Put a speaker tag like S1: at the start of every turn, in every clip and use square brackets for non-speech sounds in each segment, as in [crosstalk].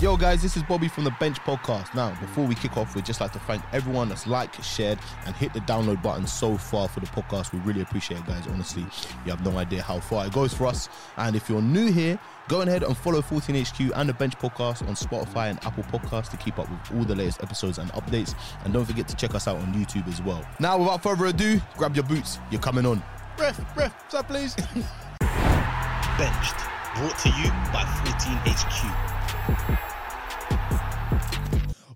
S1: Yo, guys, this is Bobby from the Bench Podcast. Now, before we kick off, we'd just like to thank everyone that's liked, shared, and hit the download button so far for the podcast. We really appreciate it, guys. Honestly, you have no idea how far it goes for us. And if you're new here, go ahead and follow 14HQ and the Bench Podcast on Spotify and Apple Podcasts to keep up with all the latest episodes and updates. And don't forget to check us out on YouTube as well. Now, without further ado, grab your boots. You're coming on. Ref, ref, sir, please.
S2: Benched, brought to you by 14HQ.
S1: [laughs]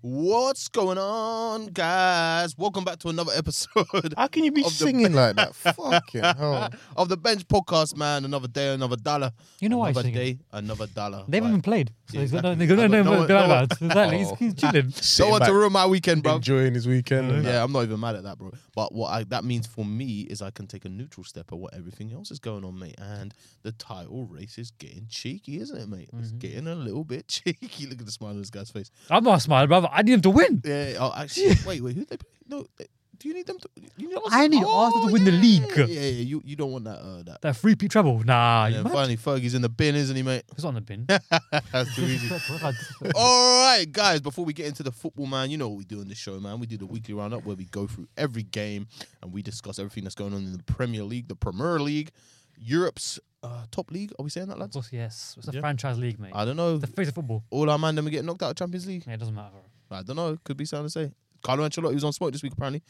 S1: What's going on, guys? Welcome back to another episode
S3: How can you be
S1: Of the
S3: singing
S1: [laughs]
S3: like that? Fucking hell.
S1: of the Bench Podcast, man. Another day, another dollar.
S4: You know why
S1: another
S4: he's singing.
S1: day, another dollar.
S4: They
S1: Right.
S4: haven't even played. So
S1: Yeah,
S4: he's got no,
S1: exactly.
S4: they've got no,
S1: I've got
S4: no,
S1: no-
S4: no,
S1: no-
S4: outlets. Exactly. He's, he's chilling.
S1: Don't
S3: Sitting
S1: want to
S3: back,
S1: ruin my weekend, bro.
S3: Enjoying his weekend. innit?
S1: Yeah, I'm not even mad at that, bro. But what I, that means for me is I can take a neutral step at what everything else is going on, mate. And the title race is getting cheeky, isn't it, mate?
S4: Mm-hmm.
S1: It's getting a little bit [laughs] cheeky. Look at the smile on this guy's face.
S4: I'm not smiling, brother. I need him to win.
S1: Yeah. Oh,
S4: [laughs]
S1: actually, wait, wait. Who they? play? No. they- Do you need them to? You need
S4: I need Arsenal to win the league.
S1: Yeah, yeah. yeah, You you don't want that. Uh, that.
S4: That free peak treble. Nah,
S1: And
S4: you
S1: then
S4: mad?
S1: finally, Fergie's in the bin, isn't he, mate? [laughs]
S4: It's not on the bin.
S1: That's too easy.
S4: That's
S1: All right, guys, before we get into the football, man, you know what we do on the show, man. We do the weekly roundup where we go through every game and we discuss everything that's going on in the Premier League, the Premier League, Europe's uh, top league. Are we saying that, lads?
S4: yes. It's a
S1: Yeah.
S4: franchise league, mate.
S1: I don't know.
S4: the face of football.
S1: All our man them are getting knocked out of Champions League.
S4: Yeah, it doesn't matter.
S1: I don't know. Could be something to say. Carlo Ancelotti was on smoke this week, apparently.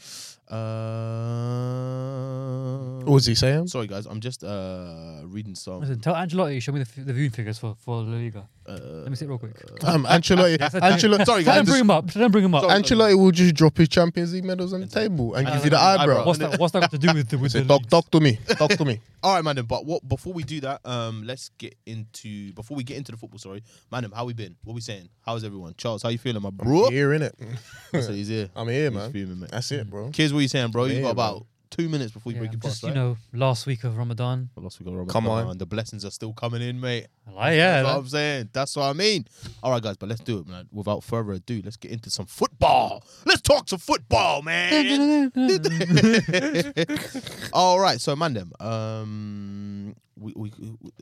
S3: What
S1: Uh,
S3: was he saying?
S1: sorry, guys. I'm just uh, reading some.
S4: Oh. Listen, tell Angelotti, show me the, f- the viewing figures for, for La Liga.
S1: Uh,
S4: Let me see it real quick.
S3: Damn, Um, Ancelotti. [laughs]
S4: That's a-
S3: Ancelotti.
S1: Sorry,
S4: Tell
S1: guys.
S4: him bring him up. Tell him bring him up.
S1: Sorry.
S3: Ancelotti will just drop his Champions League medals on the table and give you the eyebrow. [laughs]
S4: What's that, what's that got to do with the. With
S3: Say,
S4: the
S3: talk,
S4: leagues?
S3: talk to me. Talk to [laughs] me.
S1: All right, Madam. But what before we do that, um, let's get into before we get into the football. Sorry, Madam. How we been? What we saying? How's everyone? Charles, how you feeling, my bro?
S3: Here, innit?
S1: I said he's here.
S3: I'm here,
S1: He's
S3: man.
S1: fuming, mate.
S3: That's it, bro.
S1: Kids, what you saying, bro? You
S3: Yeah,
S1: got about
S3: bro.
S1: two minutes before you
S4: Yeah,
S1: break your
S4: just,
S1: fast,
S4: you
S1: right?
S4: know, last week of Ramadan.
S1: Well, lost we got Ramadan,
S3: Come on.
S1: and the blessings are still coming in, mate.
S4: Like,
S1: That's
S4: yeah.
S1: what
S4: that-
S1: I'm saying. That's what I mean. All right, guys, but let's do it, man. Without further ado, let's get into some football. Let's talk some football, [laughs] man. All right, so Mandem, um, we, we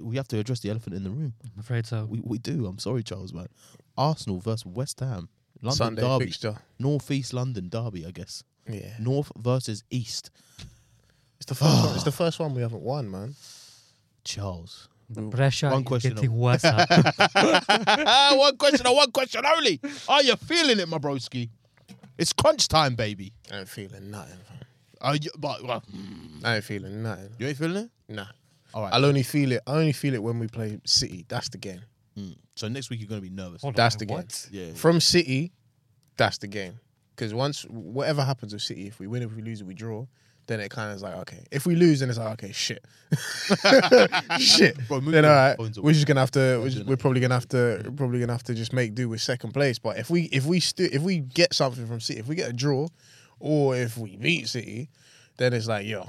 S1: we have to address the elephant in the room.
S4: I'm afraid so.
S1: We, we do. I'm sorry, Charles, man. Arsenal versus West Ham. London
S3: Sunday
S1: derby.
S3: fixture.
S1: North East London derby, I guess.
S3: Yeah.
S1: North versus East.
S3: It's the first one. [sighs] It's the first one we haven't won, man.
S1: [laughs] Charles.
S4: The pressure
S1: One
S4: is
S1: question
S4: getting worse.
S1: [laughs]
S4: man.
S1: Ah, one question and one question only. Are you feeling it, my broski? It's crunch time, baby.
S3: I ain't feeling nothing. fam.
S1: Are you, Uh, but, well,
S3: I ain't feeling nothing.
S1: you ain't feeling it?
S3: Nah.
S1: All right.
S3: I'll only feel it. I only feel it when we play City. That's the game.
S1: So next week you're going to be nervous.
S4: Hold on,
S3: That's the game.
S4: what?
S1: Yeah.
S3: From City, that's the game. Because once whatever happens with City, if we win, if we lose, if we draw, then it kind of is like okay. If we lose, then it's like okay, shit, [laughs] shit.
S1: Bro, move
S3: then
S1: your
S3: all right,
S1: phones away.
S3: we're just gonna have to. We're, just, we're probably gonna have to. we're probably gonna have to just make do with second place. But if we if we stu- if we get something from City, if we get a draw, or if we beat City, then it's like yo,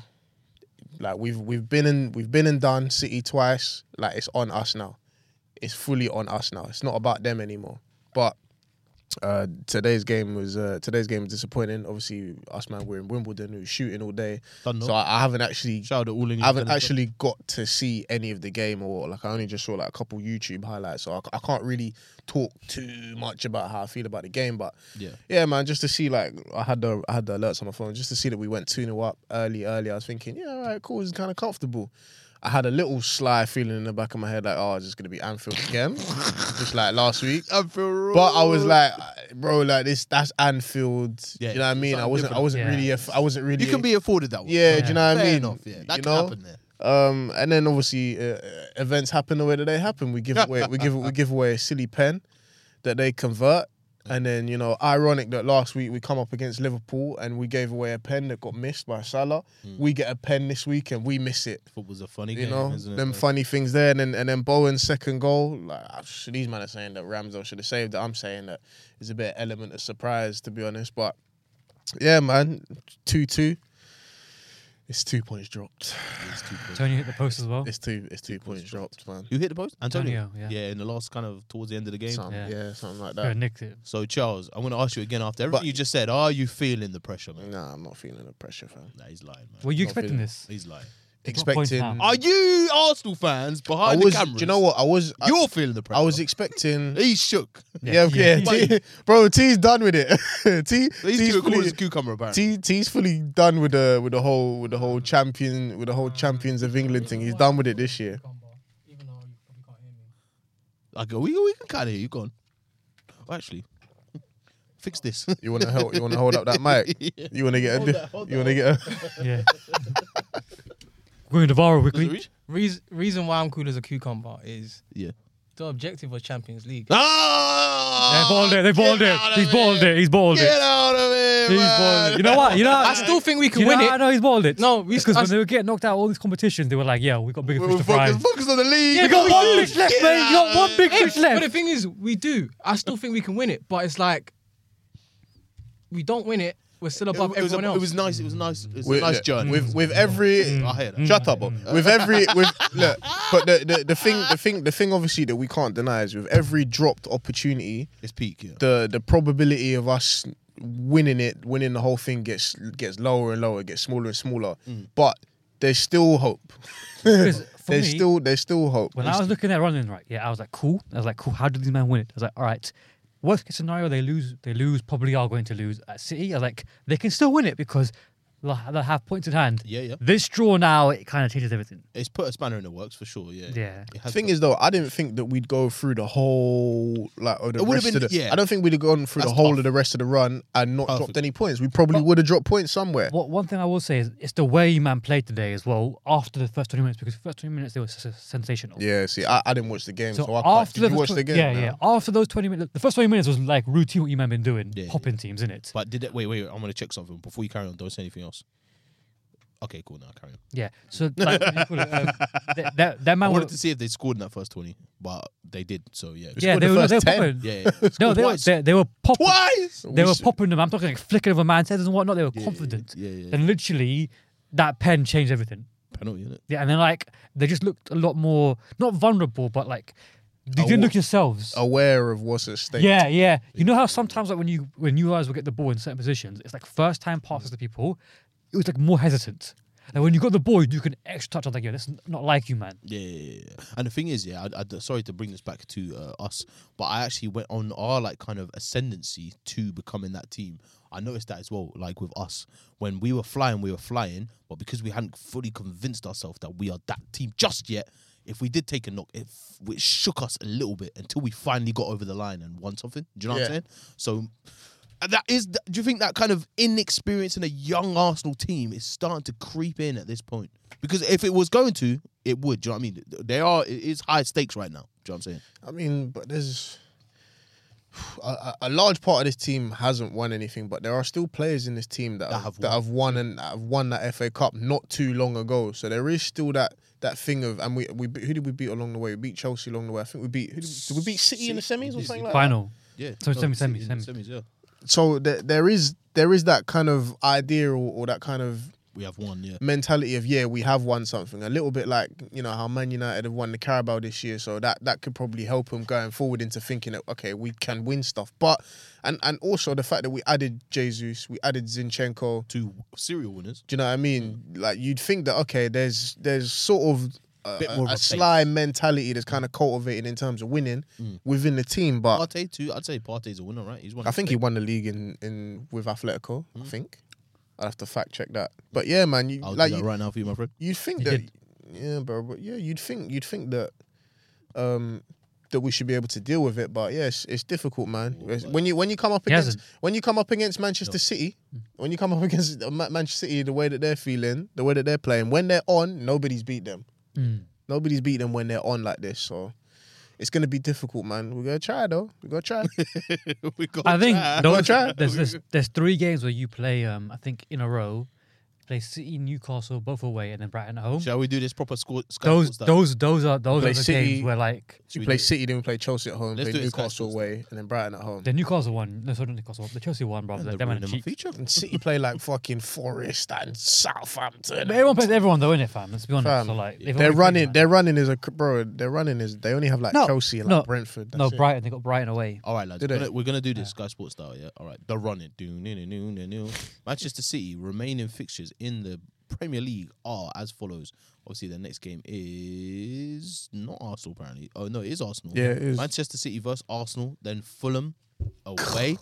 S3: like we've we've been in we've been and done City twice. Like it's on us now. It's fully on us now. It's not about them anymore. But uh, today's game was uh, today's game was disappointing. Obviously, us man, we're in Wimbledon, we we're shooting all day.
S1: Done, no?
S3: So I, I haven't actually
S1: Shout out to all England.
S3: I haven't
S1: tennis
S3: actually got to see any of the game, or like I only just saw like a couple YouTube highlights, so I, c- I can't really talk too much about how I feel about the game. But
S1: Yeah.
S3: yeah, man, just to see like I had the I had the alerts on my phone, just to see that we went two 0 up early, early. I was thinking, yeah, all right, cool, it's kind of comfortable. I had a little sly feeling in the back of my head, like, oh, it's just gonna be Anfield
S1: [laughs]
S3: again, just like last week.
S1: club. I feel wrong.
S3: But I was like, bro, like this, that's Anfield.
S1: Yeah,
S3: you know what I mean? I
S1: something
S3: wasn't, I
S1: different.
S3: wasn't
S4: Yeah.
S3: really, a f- I wasn't really.
S1: you can be afforded that one.
S3: yeah, do
S4: Yeah.
S3: you know what I
S1: Fair
S3: mean?
S1: enough. Yeah, that
S3: you
S1: can
S3: know?
S1: happen there.
S3: Um, and then obviously uh, events happen the way that they happen. We give away, we give, we give away a silly pen that they convert, and then you know, ironic that last week we come up against Liverpool and we gave away a pen that got missed by Salah. We get a pen this week and we miss it.
S1: Football's a funny
S3: You
S1: Hmm. game,
S3: know,
S1: isn't it?
S3: them
S1: man?
S3: funny things there, and then and then Bowen's second goal. Like ah, sh- these men are saying that Ramsdale should have saved it. I'm saying that there's a bit of element of surprise to be honest. But yeah, man, two two. It's two points dropped.
S1: It's too close.
S4: Tony hit the post as well.
S3: It's two. It's two points dropped, man.
S1: Who hit the post? Antonio.
S4: Antonio,
S1: yeah. in the last kind of towards the end of the game.
S3: Something,
S4: Yeah.
S3: yeah. something like
S4: Yeah,
S3: that.
S4: nicked it.
S1: So Charles, I'm going to ask you again after everything
S3: But-
S1: you just said. Are you feeling the pressure, man?
S3: Nah, I'm not feeling the pressure, fam.
S1: Nah, he's lying, man.
S4: Were you Mm.
S3: Not
S4: expecting
S3: feeling-
S4: this?
S1: He's lying.
S4: points
S3: expecting.
S4: now.
S1: Are you Arsenal fans
S3: I
S1: behind
S3: was.
S1: the
S3: Do
S1: cameras?
S3: you know what? I was. I,
S1: You're feeling the pressure.
S3: I
S1: [laughs]
S3: was expecting.
S1: He's shook.
S3: Yeah, yeah. [laughs] T, bro, T's done with it. [laughs] T,
S1: These
S3: T's
S1: two are cool
S3: fully-
S1: as a cucumber, apparently.
S3: T, T's fully done with the with the whole with the whole champion with the whole champions of England thing. He's done with it this year.
S1: I go, we, we can kind of hear you. Go on. Oh, actually, [laughs] fix this.
S3: You want to help? You want to hold up that mic?
S1: [laughs]
S3: You want to get a? di- you want to get a?
S4: Yeah. [laughs] Going to Navarro
S1: Does it
S4: quickly.
S1: reach?
S5: Reason, reason why I'm cool as a cucumber is
S1: [laughs] Yeah.
S5: the objective was Champions League.
S1: Ah!
S4: They balled
S5: Oh,
S4: it. They balled
S1: Get
S4: it.
S1: out of
S4: He's balled
S1: here.
S4: it. He's balled
S1: Get
S4: it.
S1: out of here,
S4: He's
S1: man.
S4: balled it. You know what? You know.
S5: I still think we can
S4: you
S5: win
S4: know,
S5: it.
S4: I know he's balled it.
S5: No, we-
S4: because
S5: I-
S4: when they were getting knocked out of all these competitions, they were like, "Yeah, we got bigger
S1: We
S4: fish
S1: were
S4: to fry."
S1: focused, focused on the league.
S4: You got one fish left,
S1: Get
S4: mate. You
S1: out
S4: got
S1: of
S4: one big
S5: Hey,
S4: fish
S5: But the
S4: left.
S5: thing is, we do. I still think we can win it, but it's like we don't win it. We're still above
S1: it was,
S5: everyone
S1: a,
S5: else.
S1: it was nice. It was nice. It was
S3: With-
S1: a nice
S3: look,
S1: journey.
S3: With with every
S4: Mm.
S1: I hear that.
S3: shut up, Bob. with every with look, but the, the the thing the thing the thing obviously that we can't deny is with every dropped opportunity,
S1: It's peak. Yeah.
S3: the the probability of us winning it, winning the whole thing gets gets lower and lower, gets smaller and smaller.
S1: Mm.
S3: But there's still hope. [laughs]
S4: Because for
S3: there's
S4: me-
S3: still there's still hope.
S4: When I was looking at running, right, yeah, I was like, cool. I was like, cool. How did these men win it? I was like, all right. Worst case scenario, they lose. They lose. Probably are going to lose at City. I was like, they can still win it because they'll they'll have points in hand.
S1: Yeah, yeah.
S4: This draw now it kind of changes everything.
S1: It's put a spanner in the works for sure. Yeah.
S4: Yeah.
S1: It
S3: The
S1: has
S3: thing
S1: done.
S3: is though, I didn't think that we'd go through the whole like or the
S1: It would've
S3: rest
S1: been-
S3: of the.
S1: yeah.
S3: I don't think we'd have gone through
S1: That's
S3: the whole
S1: tough.
S3: of the rest of the run and not
S1: Perfect.
S3: dropped any points. We probably would have dropped points somewhere.
S4: What one thing I will say is it's the way man played today as well after the first twenty minutes because the first twenty minutes they were s- s- sensational.
S3: Yeah, see, I, I didn't watch the game, so,
S4: So
S3: I can't.
S4: after
S3: Did
S4: the
S3: you watch
S4: first
S3: the game?
S4: twen- yeah,
S3: No.
S4: yeah. After those twenty minutes, the first twenty minutes was like routine what you man been doing,
S1: Yeah, yeah.
S4: popping teams in it.
S1: But did it? Wait, wait. I'm gonna check something before you carry on. Don't say anything else. Okay, cool. Now carry on.
S4: Yeah. So like, what do you
S1: [laughs]
S4: call it, um, that, that that
S1: I
S4: man
S1: wanted
S4: was
S1: to see if they scored in that first twenty, but they did. So yeah.
S4: yeah
S3: scored
S4: they
S3: the
S4: were
S3: first
S4: they were
S3: 10.
S4: popping.
S1: Yeah. yeah.
S4: [laughs] No,
S1: Scored
S4: they were,
S1: twice.
S4: they, they were popping.
S1: Twice.
S4: They
S3: We
S4: were
S3: s-
S4: popping them. I'm talking like flicking over man's heads and whatnot. They were confident.
S1: yeah, yeah.
S4: Then literally that pen changed everything.
S1: Penalty, innit?
S4: Yeah, and then like they just looked a lot more not vulnerable, but like they didn't look yourselves.
S3: Aware of what's at stake.
S4: Yeah, yeah. You know how sometimes like when you when you guys will get the ball in certain positions, it's like first time passes to people, it was like more hesitant. And when you got the ball, you can extra touch. I was like, yeah, that's not like you, man.
S1: Yeah, yeah, yeah, yeah. And the thing is, yeah, I, I, sorry to bring this back to uh, us, but I actually went on our like kind of ascendancy to becoming that team. I noticed that as well, like with us. When we were flying, we were flying, but because we hadn't fully convinced ourselves that we are that team just yet, if we did take a knock, it, f- it shook us a little bit until we finally got over the line and won something. Do you know what
S3: Yeah.
S1: I'm saying? So and that is, do you think that kind of inexperience in a young Arsenal team is starting to creep in at this point? Because if it was going to, it would. Do you know what I mean? They are. It is high stakes right now. Do you know what I'm saying?
S3: I mean, but there's [sighs] a- a, a large part of this team hasn't won anything, but there are still players in this team that, have,
S1: have
S3: that have won and have won that FA Cup not too long ago. So there is still that that thing of and we we beat- who did we beat along the way? We beat Chelsea along the way. I think we beat who did, we- did we beat City in the semis or something like that.
S4: Final.
S1: Yeah.
S4: So semi, semi,
S1: in the
S4: semi.
S1: Yeah.
S3: So there, there is there is that kind of idea or, or that kind of
S1: We have one. Yeah.
S3: mentality of yeah, we have won something. A little bit like you know how Man United have won the Carabao this year, so that that could probably help them going forward into thinking that okay, we can win stuff. But and and also the fact that we added Jesus, we added Zinchenko.
S1: Two serial winners.
S3: Do you know what I mean?
S1: Mm.
S3: Like you'd think that okay, there's there's sort of a,
S1: Bit more of
S3: a
S1: a faith.
S3: sly mentality that's kind of cultivated in terms of winning
S1: Mm.
S3: within the team, but.
S1: Partey too. I'd say Partey's a winner, right? He's one.
S3: I think he won the league in, in with Atletico. I think I'd have to fact check that. But yeah, man, you
S1: Mm. I'll
S3: like
S1: do that
S3: you,
S1: right now for you, my friend.
S3: you'd think
S4: He
S3: that
S4: did.
S3: yeah, bro, but yeah, you'd think you'd think that um that we should be able to deal with it, but yeah, it's, it's difficult, man. It's- When you when you come up
S4: He
S3: against
S4: hasn't.
S3: when you come up against Manchester City,
S1: Mm.
S3: when you come up [laughs] against uh, Ma- Manchester City, the way that they're feeling, the way that they're playing, when they're on, nobody's beat them.
S1: Mm.
S3: Nobody's beat them when they're on like this, so. It's gonna be difficult, man. We're gonna try though. We're
S1: [laughs]
S3: gonna try.
S1: [laughs] we got
S4: I think
S1: that.
S4: those,
S3: try.
S4: [laughs] there's,
S3: [laughs]
S4: there's there's three games where you play. Um, I think in a row, play City, Newcastle, both away, and then Brighton at home.
S1: Shall we do this proper score? Sky
S4: Those
S1: Sports style?
S4: those those are those
S3: Play
S4: are the
S3: City.
S4: games where like
S1: Should
S3: We
S1: we
S3: play
S1: do it?
S3: City, then we play Chelsea at home,
S1: Let's do
S3: play
S1: it in Sky
S3: Newcastle
S1: Sports.
S3: away, and then Brighton at home.
S4: the Newcastle one. No, sorry, not Newcastle one. The Chelsea one, brother.
S1: They're
S4: That man
S1: ruining my
S4: cheat.
S1: feature.
S3: And City play like fucking Forest and Southampton.
S4: But everyone plays everyone though, innit, fam? Let's be honest.
S3: Fam,
S4: so like they've
S3: They're
S4: already
S3: running.
S4: been,
S3: They're running is a bro. They're running is they only have like
S4: No,
S3: Chelsea and
S4: no,
S3: like Brentford.
S4: no
S3: That's it.
S4: Brighton. They got Brighton away.
S1: All right, lads.
S3: Did
S1: we're
S3: they?
S1: gonna, we're gonna do this, Sky Sports style. Yeah. All right. The running. Do no no no no no. Manchester City remaining fixtures in the Premier League are as follows. Obviously, the next game is not Arsenal, apparently. Oh, no, it is Arsenal.
S3: Yeah, it is.
S1: Manchester City versus Arsenal, then Fulham away,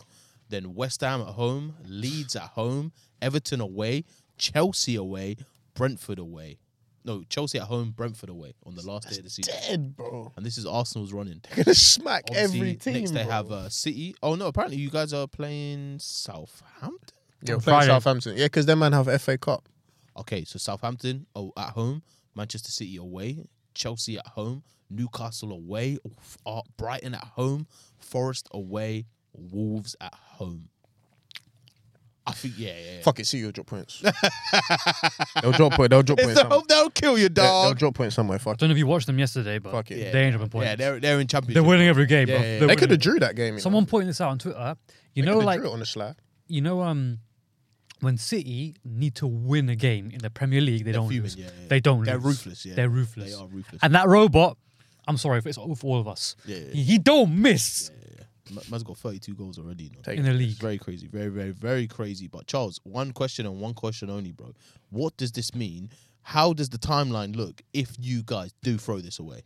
S1: then West Ham at home, Leeds at home, Everton away, Chelsea away, Brentford away. No, Chelsea at home, Brentford away on the last day of the season.
S3: Dead, bro. [laughs]
S1: And this is Arsenal's running.
S3: Gonna smack
S1: Obviously,
S3: every team.
S1: Next, they
S3: bro.
S1: have uh, City. Oh no! Apparently, you guys are playing Southampton.
S3: yeah,
S4: Friday.
S3: playing Southampton. Yeah, because them man have FA Cup.
S1: Okay, so Southampton oh, at home, Manchester City away, Chelsea at home, Newcastle away, oh, f- uh, Brighton at home, Forest away, Wolves at home. I think yeah, yeah. yeah.
S3: Fuck it, see you drop points. they'll drop points. They'll drop
S1: It's
S3: points.
S1: the
S3: Somewhere.
S1: hope that'll kill you,
S3: They- They'll
S1: dog.
S3: drop points somewhere. Fuck.
S4: don't know if you watched them yesterday, but
S3: Fuck it.
S1: Yeah.
S4: they ain't dropping points.
S1: Yeah,
S4: they're,
S1: they're they're in championship.
S4: winning every game,
S1: Yeah,
S4: bro.
S1: yeah, yeah.
S4: They're
S3: They
S4: winning.
S3: could have drew that game. you know.
S4: Someone pointed this out on Twitter. You
S3: They
S4: know,
S3: coulda
S4: like
S3: drew it on the slide.
S4: you know, um, when City need to win a game in the Premier League, they don't
S1: fuming,
S4: lose.
S1: yeah, yeah.
S4: They don't.
S1: They're
S4: lose.
S1: ruthless, yeah.
S4: They're ruthless.
S1: They are ruthless.
S4: And that robot, I'm sorry, if it's all for all of us.
S1: Yeah, yeah,
S4: He don't miss
S1: Ma- Man's got thirty two goals already. You know?
S3: Take
S4: in the league.
S1: It's very crazy, very, very, very crazy. But Charles, one question and one question only, bro. What does this mean? How does the timeline look if you guys do throw this away?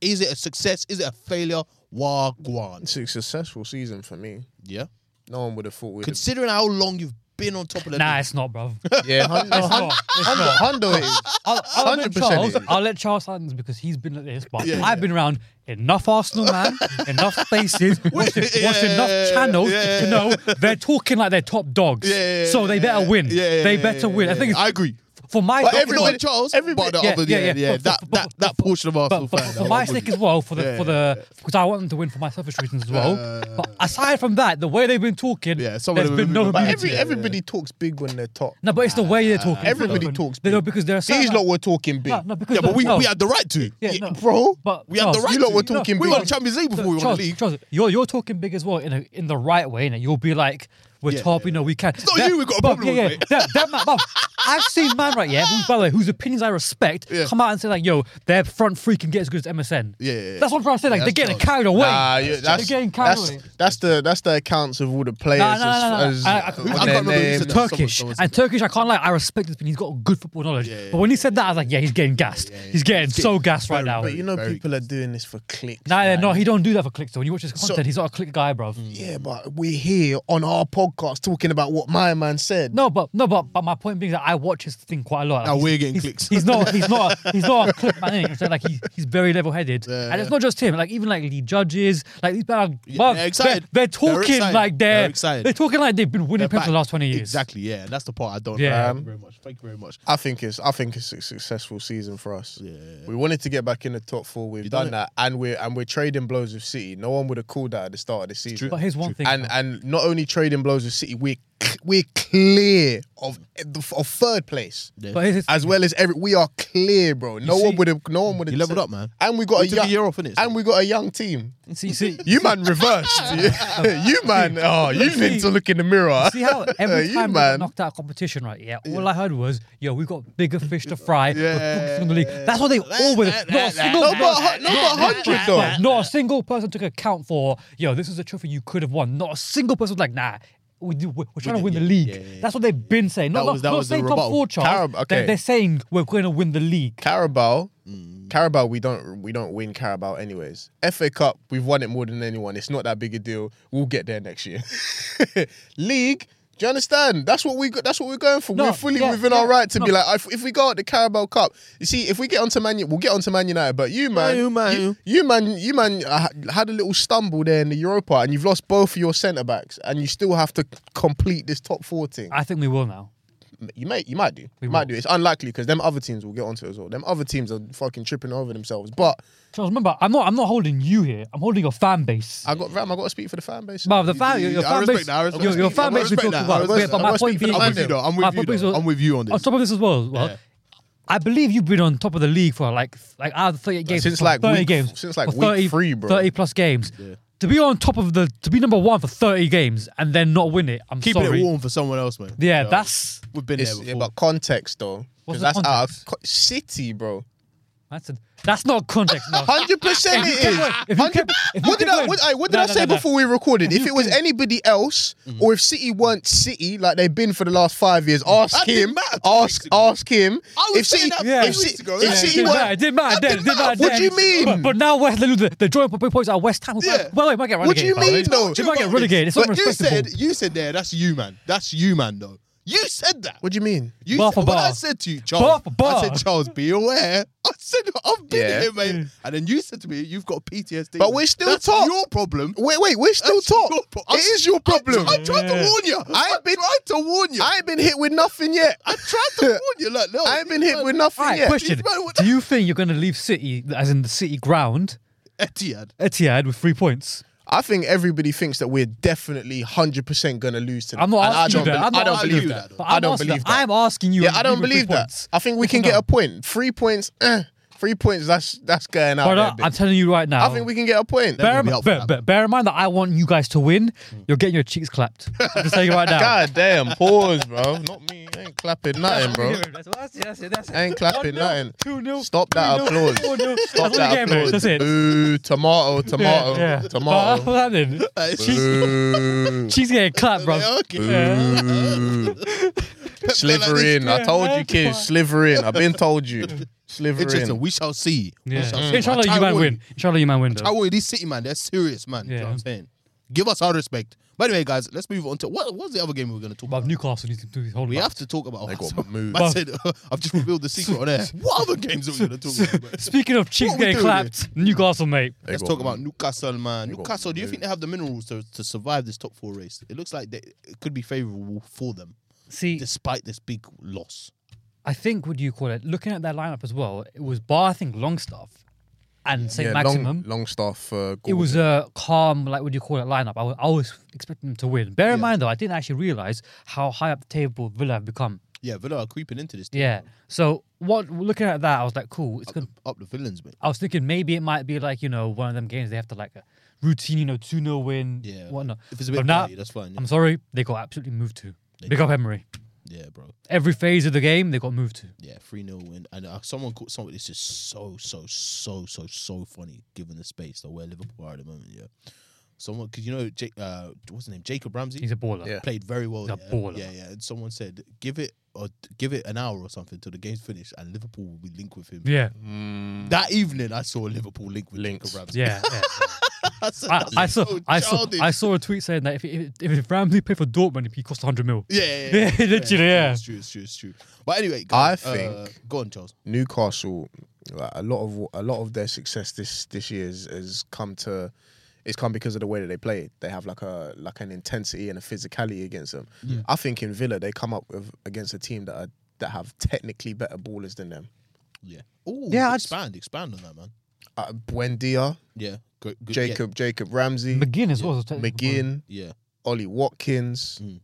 S1: Is it a success? Is it a failure? Wagwan.
S3: It's a successful season for me.
S1: Yeah.
S3: No one would have thought we'd. have-
S1: Considering how long you've been on top of the
S4: Nah,
S1: league,
S4: it's
S1: [laughs]
S4: not, bro.
S3: Yeah,
S4: It's
S3: Hundo,
S4: not. It's
S3: Hundo,
S4: not.
S3: Hundo is.
S4: I'll, I'll let
S3: 100%
S4: Charles.
S3: it is.
S4: I'll let Charles handle this because he's been like this. But
S1: Yeah,
S4: I've been around enough Arsenal
S1: [laughs]
S4: man, enough spaces, watched, watched enough channels
S1: yeah,
S4: to know they're talking like they're top dogs.
S1: Yeah, yeah, yeah,
S4: so they better win.
S1: Yeah, yeah,
S4: they
S1: yeah,
S4: better
S1: yeah,
S4: win. I
S1: yeah,
S4: think it's,
S1: I agree.
S4: for my
S1: But
S4: not-
S1: everyone,
S4: not-
S1: Charles,
S3: everybody-
S1: but the other, yeah, yeah, that,
S4: but- but-
S1: that,
S4: but-
S1: that
S4: but-
S1: portion of
S4: [laughs] but
S1: Arsenal
S4: for,
S1: fan,
S4: for
S1: I'm
S4: my
S1: with
S4: sake
S1: you.
S4: as well, for the
S1: Yeah, Uh,
S4: for the because I want them to win for my selfish reasons as well. but aside from that, the way they've been talking,
S1: Yeah, some of
S4: there's
S1: them
S4: been
S1: have
S4: no
S1: been bad.
S4: immunity.
S3: Every
S1: Yeah, yeah.
S3: everybody talks big when they're top.
S4: no, but it's
S1: uh,
S4: the way they're talking.
S3: Everybody
S4: Flippin'.
S3: talks
S4: They know
S3: big.
S4: because they're
S3: These lot were talking big,
S4: no, no, because
S1: yeah, but we,
S4: no,
S1: we had the right to.
S4: yeah,
S1: Yeah,
S4: no.
S3: bro.
S4: But
S1: We had the
S4: Charles,
S1: right
S3: you lot
S1: to.
S3: were talking
S1: we
S3: big.
S1: won the Champions League before we won
S4: Charles,
S1: the league.
S4: Charles, you're you're talking big as well in a, in the right way, and you'll be like, we're
S1: Yeah,
S4: top,
S1: yeah.
S4: you know, we can.
S1: not you we've got a
S4: bruv,
S1: problem
S4: yeah,
S1: with,
S4: yeah.
S1: mate.
S4: That, that man, bruv, I've seen man right yeah, who, by the way, whose opinions I respect,
S1: Yeah.
S4: come out and say like, yo, their front three can get as good as MSN.
S1: Yeah, yeah, yeah.
S4: that's what I'm trying to say. Like
S1: Yeah,
S4: they're
S1: that's
S4: getting
S1: Charles.
S4: carried away.
S3: Nah, yeah, that's,
S4: they're getting carried
S3: that's,
S4: away.
S3: that's the that's the accounts of all the players.
S4: Nah, nah, nah, nah,
S3: as,
S4: nah. I- I-
S3: as,
S4: I
S3: with
S1: can't
S3: their
S1: remember who
S3: names.
S1: said that. someone-
S4: Turkish
S1: someone said
S4: and Turkish, I can't lie. I respect this, but he's got good football knowledge. but when he said that, I was like, yeah, he's getting gassed. he's getting so gassed right now.
S3: But you know,
S1: Very
S3: people are doing this for clicks.
S4: Nah, yeah,
S3: man.
S4: no, he don't do that for clicks. Though when you watch his content, he's not a click guy, bro.
S1: Mm.
S3: Yeah, but we're here on our podcast talking about what my man said.
S4: No, but no, but but my point being that I watch his thing quite a lot.
S1: Now
S4: Like,
S1: we're getting
S4: he's,
S1: clicks.
S4: He's
S1: [laughs]
S4: not. He's not. A, he's not a clip man. innit? So like he, he's very level-headed, and it's not just him. Like even like the judges, like these people.
S1: Yeah,
S4: Are,
S1: they're excited.
S4: They're,
S1: They're
S4: talking
S1: excited.
S4: like they're.
S1: They're excited.
S4: They're talking like they've been
S1: They're
S4: winning pins for the
S1: back.
S4: last twenty years.
S1: Exactly, yeah. That's the part I don't
S4: Yeah.
S1: like. Thank you very much. Thank you very much.
S3: I think it's I think it's a successful season for us.
S1: Yeah.
S3: We wanted to get back in the top four. We've
S1: done
S3: done, that, and we're and we're trading blows with City. No one would have called that at the start of the season.
S4: But here's one thing.
S3: and
S4: though.
S3: and not only trading blows with City, we're cl- we're clear of the- of third place.
S1: Yeah.
S4: but here's his-
S3: As well as every, we are clear, bro. No
S4: see-
S3: one would have, no one would have.
S1: You leveled up, man.
S3: And we got
S1: We
S3: a
S1: took
S3: young
S1: a year off, innit?
S3: And we got a young team.
S4: see, see,
S3: You man reversed.
S1: [laughs]
S3: you [laughs] man, oh, you need to look in the mirror.
S4: See how
S3: Uh,
S4: every
S3: you
S4: time we got
S3: man.
S4: knocked out of competition, right? Yeah, all I heard was, "Yo, we've got bigger fish to fry." We're focusing on the league. That's what they always. Not a single.
S3: No, but hu- no, but
S4: not-
S3: hundred
S4: not-
S3: though.
S4: Not a single person took account for. Yo, this is a trophy you could have won. Not a single person was like, "Nah." We do, we're we're trying to win the league. That's what they've been saying. Not,
S1: That was-
S4: not,
S1: that
S4: not
S1: was the
S4: saying top
S1: rebuttal.
S4: four, Charles.
S3: Carab-
S4: They're-
S3: okay.
S4: They're, saying we're going to win the league.
S3: Carabao,
S1: Mm.
S3: Carabao, we don't we don't win Carabao anyways. FA Cup, we've won it more than anyone. It's not that big a deal. We'll get there next year. [laughs] League, do you understand? That's what we got. That's what we're going for.
S4: No,
S3: we're fully
S4: yeah,
S3: within
S4: yeah,
S3: our right to be
S4: no.
S3: like, if, if we go out the Carabao Cup, you see, if we get onto Man, U- we'll get onto Man United. But you man,
S1: you, man, you.
S3: you, you man, you man, uh, had a little stumble there in the Europa, and you've lost both of your centre backs, and you still have to complete this top four thing.
S4: I think we will now.
S3: You may, you might do,
S4: We
S3: you might
S4: will.
S3: do. It's unlikely because them other teams will get onto it as well. Them other teams are fucking tripping over themselves. But
S4: Charles, remember, I'm not. I'm not holding you here. I'm holding your fan base.
S3: I got Ram. I got to speak for the fan base.
S4: But the fan, your, your
S1: I
S4: fan
S1: respect
S4: base,
S1: that, I respect
S4: your,
S1: that.
S4: your fan
S1: I
S4: base we
S1: respect
S4: talked
S1: that, I
S4: about.
S1: respect
S4: yeah, but
S1: that.
S4: my
S3: I
S4: point
S3: respect
S4: being,
S3: that.
S1: I'm with you, though. I'm with
S4: my
S1: you,
S4: point
S1: though.
S4: being was-
S1: I'm with you on
S4: On
S1: this.
S4: top of this as well, well,
S1: Yeah.
S4: I believe you've been on top of the league for like like out of 38 games
S3: Since
S4: for
S3: like
S4: 30
S3: week-
S4: games
S3: since like
S4: for
S3: week three, bro.
S4: 30 plus games. To be on top of the to be number one for 30 games and then not win it, I'm
S1: Keeping
S4: sorry.
S1: it warm for someone else, man.
S4: Yeah, that's
S1: We've been there
S3: It's-
S1: before.
S3: yeah, but context though, because
S4: What's the
S3: that's out of co- city, bro.
S4: I said, that's not context.
S1: [laughs]
S4: No.
S3: Hundred percent it is.
S4: If you kept- if you
S3: What did
S4: kept
S3: I?
S4: going-
S3: What, aye, what did
S4: No,
S3: I
S4: no,
S3: say
S4: no, no.
S3: before we recorded? If it was anybody else, or if City weren't City like they've been for the last five years, ask
S1: Mm-hmm. That didn't
S3: him.
S1: matter two
S3: Ask
S1: weeks ago.
S3: ask him.
S1: I was
S3: if
S1: saying
S3: City,
S1: that
S4: Yeah.
S3: if
S4: two
S1: weeks
S3: City,
S1: ago.
S3: if
S1: Yeah,
S3: City
S4: did
S3: weren't,
S4: matter, did matter, then,
S1: didn't
S4: did
S1: matter.
S4: matter.
S3: What do you
S4: then.
S3: mean?
S4: But, but now West, they're, they're drawing points out West Ham.
S1: Yeah.
S4: Well, they might get relegated.
S3: What do you
S4: by the way.
S3: mean, though?
S4: They might get relegated. It's
S1: But you
S4: unrespectable.
S1: said, you said there, that's you, man. That's you, man, though. You said that.
S3: What do you mean?
S1: You
S4: Bar
S1: said-
S4: for
S1: when
S4: bar.
S1: I said to you, Charles,
S4: Bar for bar.
S1: I said, Charles, be aware. I said, I've been
S3: Yeah.
S1: here, mate. And then you said to me, you've got PTSD.
S3: But we're still
S1: That's
S3: top.
S1: your problem.
S3: Wait, wait, we're still
S1: That's
S3: top.
S1: your pro-
S3: It is your problem.
S1: I, I tried to
S4: Yeah.
S1: warn you. I,
S3: ain't been-
S1: tried to warn you.
S3: I ain't been hit with nothing yet.
S1: I tried to warn you. Like, no,
S3: I ain't been
S1: these
S3: hit
S1: men-
S3: with nothing
S4: All right,
S3: yet.
S4: question.
S1: man, what-
S4: Do you think you're going to leave City, as in the City ground,
S1: [laughs] Etihad.
S4: Etihad with three points?
S3: I think everybody thinks that we're definitely hundred percent gonna lose to them.
S4: I'm not
S3: And I don't
S4: asking you that.
S3: believe-
S4: I'm not
S3: I don't
S4: asking
S3: believe
S4: you
S3: that.
S4: But
S3: I
S4: I'm
S3: don't
S4: asking-
S3: believe that.
S4: I'm asking you.
S3: Yeah, I don't
S4: with three
S3: believe that.
S4: points.
S3: I think we can
S4: Yes or
S3: get
S4: no?
S3: a point. Three points. Eh, three points. That's that's going out.
S4: But
S3: there,
S4: uh,
S3: bit.
S4: I'm telling you right now.
S3: I think we can get a
S1: That
S3: point.
S4: Bear,
S1: would be
S4: in-
S1: helpful,
S4: bear,
S1: that
S4: bear, bear in mind that I want you guys to win. You're getting your cheeks clapped. I'm
S3: [laughs]
S4: just telling you right now.
S3: God damn, pause, bro. Not me. I ain't clapping nothing, bro.
S4: [laughs] That's, that's it. That's it. That's it.
S3: I ain't clapping nothing.
S4: 2-0,
S3: Stop that
S4: 3-0,
S3: applause.
S4: 4-0.
S3: Stop
S4: That's
S3: that
S4: all the game, mate.
S3: applause.
S4: That's it.
S3: Boo, tomato, tomato,
S4: Yeah, yeah. But
S3: tomato.
S4: what happened? She's,
S3: Boo,
S4: she's getting clapped, bro.
S1: Okay.
S4: Yeah.
S1: [laughs]
S3: boo. Mm. Sliver in. I told you, kids, sliver in. I've been
S1: [laughs]
S3: told you. Sliver
S1: Interesting.
S3: in.
S1: We shall see. We
S4: Yeah.
S1: shall see.
S4: Inshallah,
S1: I
S4: you might
S1: would-
S4: win. Inshallah, you might win.
S1: I
S4: Though.
S1: would. These City, man, they're serious, man. You know
S4: Yeah.
S1: what I'm saying? Give us our respect. By the way, guys, let's move on to what was the other game we were going to talk about?
S4: But Newcastle needs to do his whole.
S1: We have to talk about.
S3: They got
S1: so-
S3: moved.
S1: I said, [laughs] I've just revealed the secret on
S4: [laughs]
S1: air. What other games are we going to talk about?
S4: Speaking of cheeks
S1: What we
S4: getting
S1: doing here?
S4: clapped, Newcastle, mate.
S3: They
S1: Let's
S3: got mm,
S1: talk about Newcastle, man.
S3: got
S1: Newcastle, do you think they have the minerals to, to survive this top four race? It looks like they, it could be favourable for them,
S4: See,
S1: despite this big loss.
S4: I think what do you call it? Looking at their lineup as well, it was bar I think Longstaff and Saint
S3: Yeah,
S4: Maximum.
S3: long, long staff. Uh,
S4: it was a calm, like what do you call it, lineup. I was, I was expecting them to win. Bear in
S1: Yeah.
S4: mind though, I didn't actually realize how high up the table Villa have become.
S1: Yeah, Villa are creeping into this. team.
S4: Yeah. So what looking at that, I was like, cool. It's
S1: Up
S4: gonna.
S1: the, up the villains, mate.
S4: I was thinking maybe it might be like you know one of them games they have to like a routine, you know, two 0 win.
S1: Yeah.
S4: Whatnot.
S1: If it's a bit
S4: But now-
S1: bloody, that's fine. Yeah,
S4: I'm sorry, they got absolutely moved to. Big up Emery.
S1: yeah bro.
S4: Every phase of the game, they got moved to.
S1: Yeah, 3 0 win. And uh, someone caught something. This is so, so, so, so, so funny given the space that where Liverpool are at the moment. Yeah. Someone, because you know, Jake, uh, what's his name? Jacob Ramsey
S4: He's a baller.
S3: Yeah.
S1: played very well.
S4: He's a
S1: yeah.
S4: baller.
S1: yeah, yeah. And someone said, give it or give it an hour or something till the game's finished and Liverpool will be linked with him.
S4: Yeah.
S3: Mm,
S1: That evening, I saw Liverpool link with Jacob Ramsey.
S4: Yeah. yeah.
S1: I, said,
S4: I, I
S1: [laughs] "That's
S4: saw.
S1: so
S4: I saw.
S1: childish."
S4: I saw a tweet saying that if if, if Ramsey paid for Dortmund, he cost 100 mil.
S1: Yeah, yeah,
S4: Yeah, [laughs] literally, yeah.
S1: It's true, it's true, it's true. But anyway,
S3: I
S1: guys, uh,
S3: think-
S1: go on, Charles.
S3: Newcastle, like, a lot of a lot of their success this this year has, has come to, it's come because of the way that they play. They have like a like an intensity and a physicality against them. I think in Villa they come up with against a team that are, that have technically better ballers than them.
S1: Yeah. Oh,
S4: Yeah, I just-
S1: Expand, expand on that, man.
S3: Uh, Buendia,
S1: Yeah. Good, good- yeah,
S3: Jacob Jacob Ramsey,
S4: McGinn as well. was a technical
S3: McGinn,
S1: Yeah.
S3: Ollie Watkins.
S1: Mm.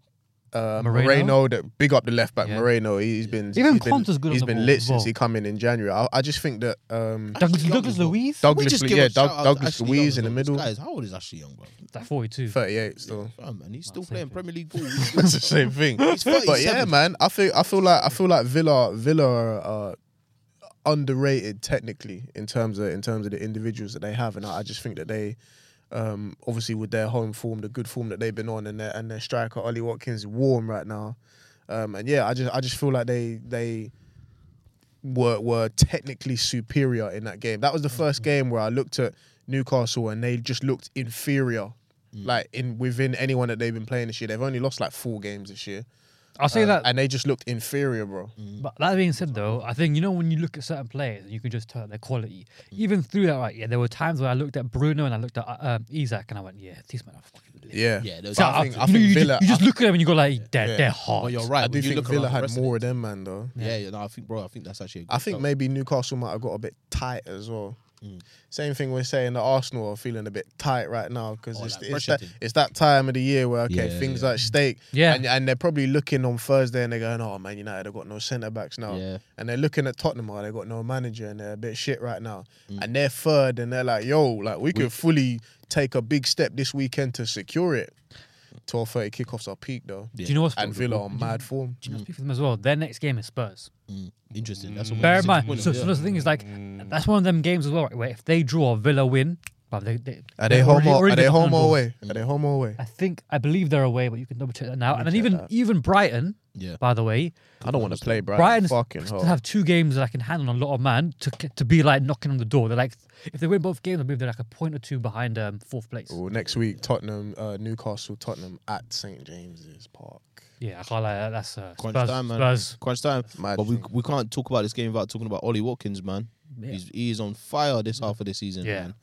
S3: Uh,
S4: Moreno?
S3: Moreno, that big up the left back.
S4: Yeah.
S3: Moreno, he- he's been
S4: Even
S3: he's been-
S4: Conte's good on
S3: He's
S4: the
S3: been
S4: ball
S3: lit
S4: as
S3: since
S4: well.
S3: he come in in January. I, I just think that um,
S4: player. Douglas,
S1: Ashley Young
S4: Douglas
S1: as well.
S4: Louise.
S1: We
S3: Douglas,
S1: just
S3: Lu-
S1: give
S3: yeah,
S1: a shout
S3: Doug-
S1: out
S3: Douglas
S1: to Ashley
S3: Louise
S1: Young
S3: in the
S1: as well.
S3: middle,
S1: Guys, how old is Ashley Young, bro?
S4: That 42.
S3: thirty-eight still. [laughs]
S1: Fam, and he's still
S4: That's
S1: playing
S4: it.
S1: Premier
S4: [laughs]
S1: League ball.
S3: That's the same thing. [laughs] But yeah,
S1: 37.
S3: man, I feel I feel like I feel like Villa Villa are uh, underrated technically in terms of in terms of the individuals that they have, and I, I just think that they. Um, obviously, with their home form, the good form that they've been on, and their and their striker Ollie Watkins is warm right now, um, and yeah, I just I just feel like they they were were technically superior in that game. That was the first game where I looked at Newcastle and they just looked inferior, like in within anyone that they've been playing this year. They've only lost like four games this year,
S4: I'll say
S1: uh,
S3: Um,
S4: that.
S3: and they just looked inferior, bro.
S4: But that being said, though, I think you know when you look at certain players, you can just tell their quality.
S3: Mm.
S4: Even through that, right? Yeah, there were times where I looked at Bruno and I looked at uh, um, Isaac and I went, "Yeah, these men are fucking." lit."
S3: Yeah,
S1: Yeah, those
S4: So
S1: are-
S4: I-
S3: think-
S4: you,
S3: I
S4: know,
S3: think
S4: you, ju-
S3: Villa-
S4: you just look at them and you go like, "They're
S3: Yeah.
S4: they're hard."
S1: But you're right.
S3: I
S1: when
S3: do
S1: you
S3: think
S1: look
S3: Villa
S1: around the
S3: had
S1: rest of
S3: more
S1: it-
S3: of them, man. Though
S1: Yeah, yeah, no, I think, bro, I think that's actually. A good
S3: I think
S1: shout.
S3: maybe Newcastle might have got a bit tight as well.
S1: Mm.
S3: Same thing we're saying that Arsenal are feeling a bit tight right now because
S1: Oh,
S3: it's,
S1: like
S3: it's,
S1: pressure
S3: that,
S1: thing.
S3: it's that time of the year where okay
S1: Yeah,
S3: things
S1: yeah.
S3: are at stake.
S4: Yeah.
S3: and, and they're probably looking on Thursday and they're going, oh man, United have got no centre backs now,
S1: Yeah.
S3: and they're looking at Tottenham, oh they got no manager and they're a bit shit right now,
S1: Mm.
S3: and they're third and they're like, yo, like we could fully take a big step this weekend to secure it. Twelve thirty kickoffs are peak though,
S4: Do you know what's
S3: and Villa Mm. on mad form.
S4: Do you know what's peak for them as well? Their next game is Spurs.
S1: uh, Interesting. That's
S3: Mm.
S1: what
S4: Bear in
S1: six
S4: mind,
S1: pointer,
S4: so, so
S1: yeah.
S4: that's the thing is like that's one of them games as well. Right, where if they draw, Villa win. But they, they,
S3: Are they
S4: they're
S3: home
S4: already-
S3: or
S4: already
S3: are they
S4: got
S3: home
S4: on
S3: or
S4: board.
S3: away? Are they home or away?
S4: I think I believe they're away, but you can double check that now.
S3: me
S4: And then
S3: check
S4: even
S3: that.
S4: even Brighton,
S1: Yeah.
S4: by the way,
S3: I don't want to play Brighton.
S4: Brighton
S3: fucking
S4: still
S3: hell.
S4: have two games that I can handle on a lot of man to to be like knocking on the door. They're like if they win both games, I believe they're like a point or two behind um, fourth place.
S3: Well, next week, Tottenham, uh, Newcastle, Tottenham at St James's Park.
S4: Yeah, I can't lie. that- That's uh,
S1: Crunch
S4: Spurs.
S1: time, man.
S4: Spurs.
S1: Crunch time.
S3: mad
S1: But we,
S3: thing.
S1: we can't talk about this game without talking about Ollie Watkins, man.
S4: Yeah.
S1: He's he's on fire this half of the season,
S4: Yeah.
S1: man.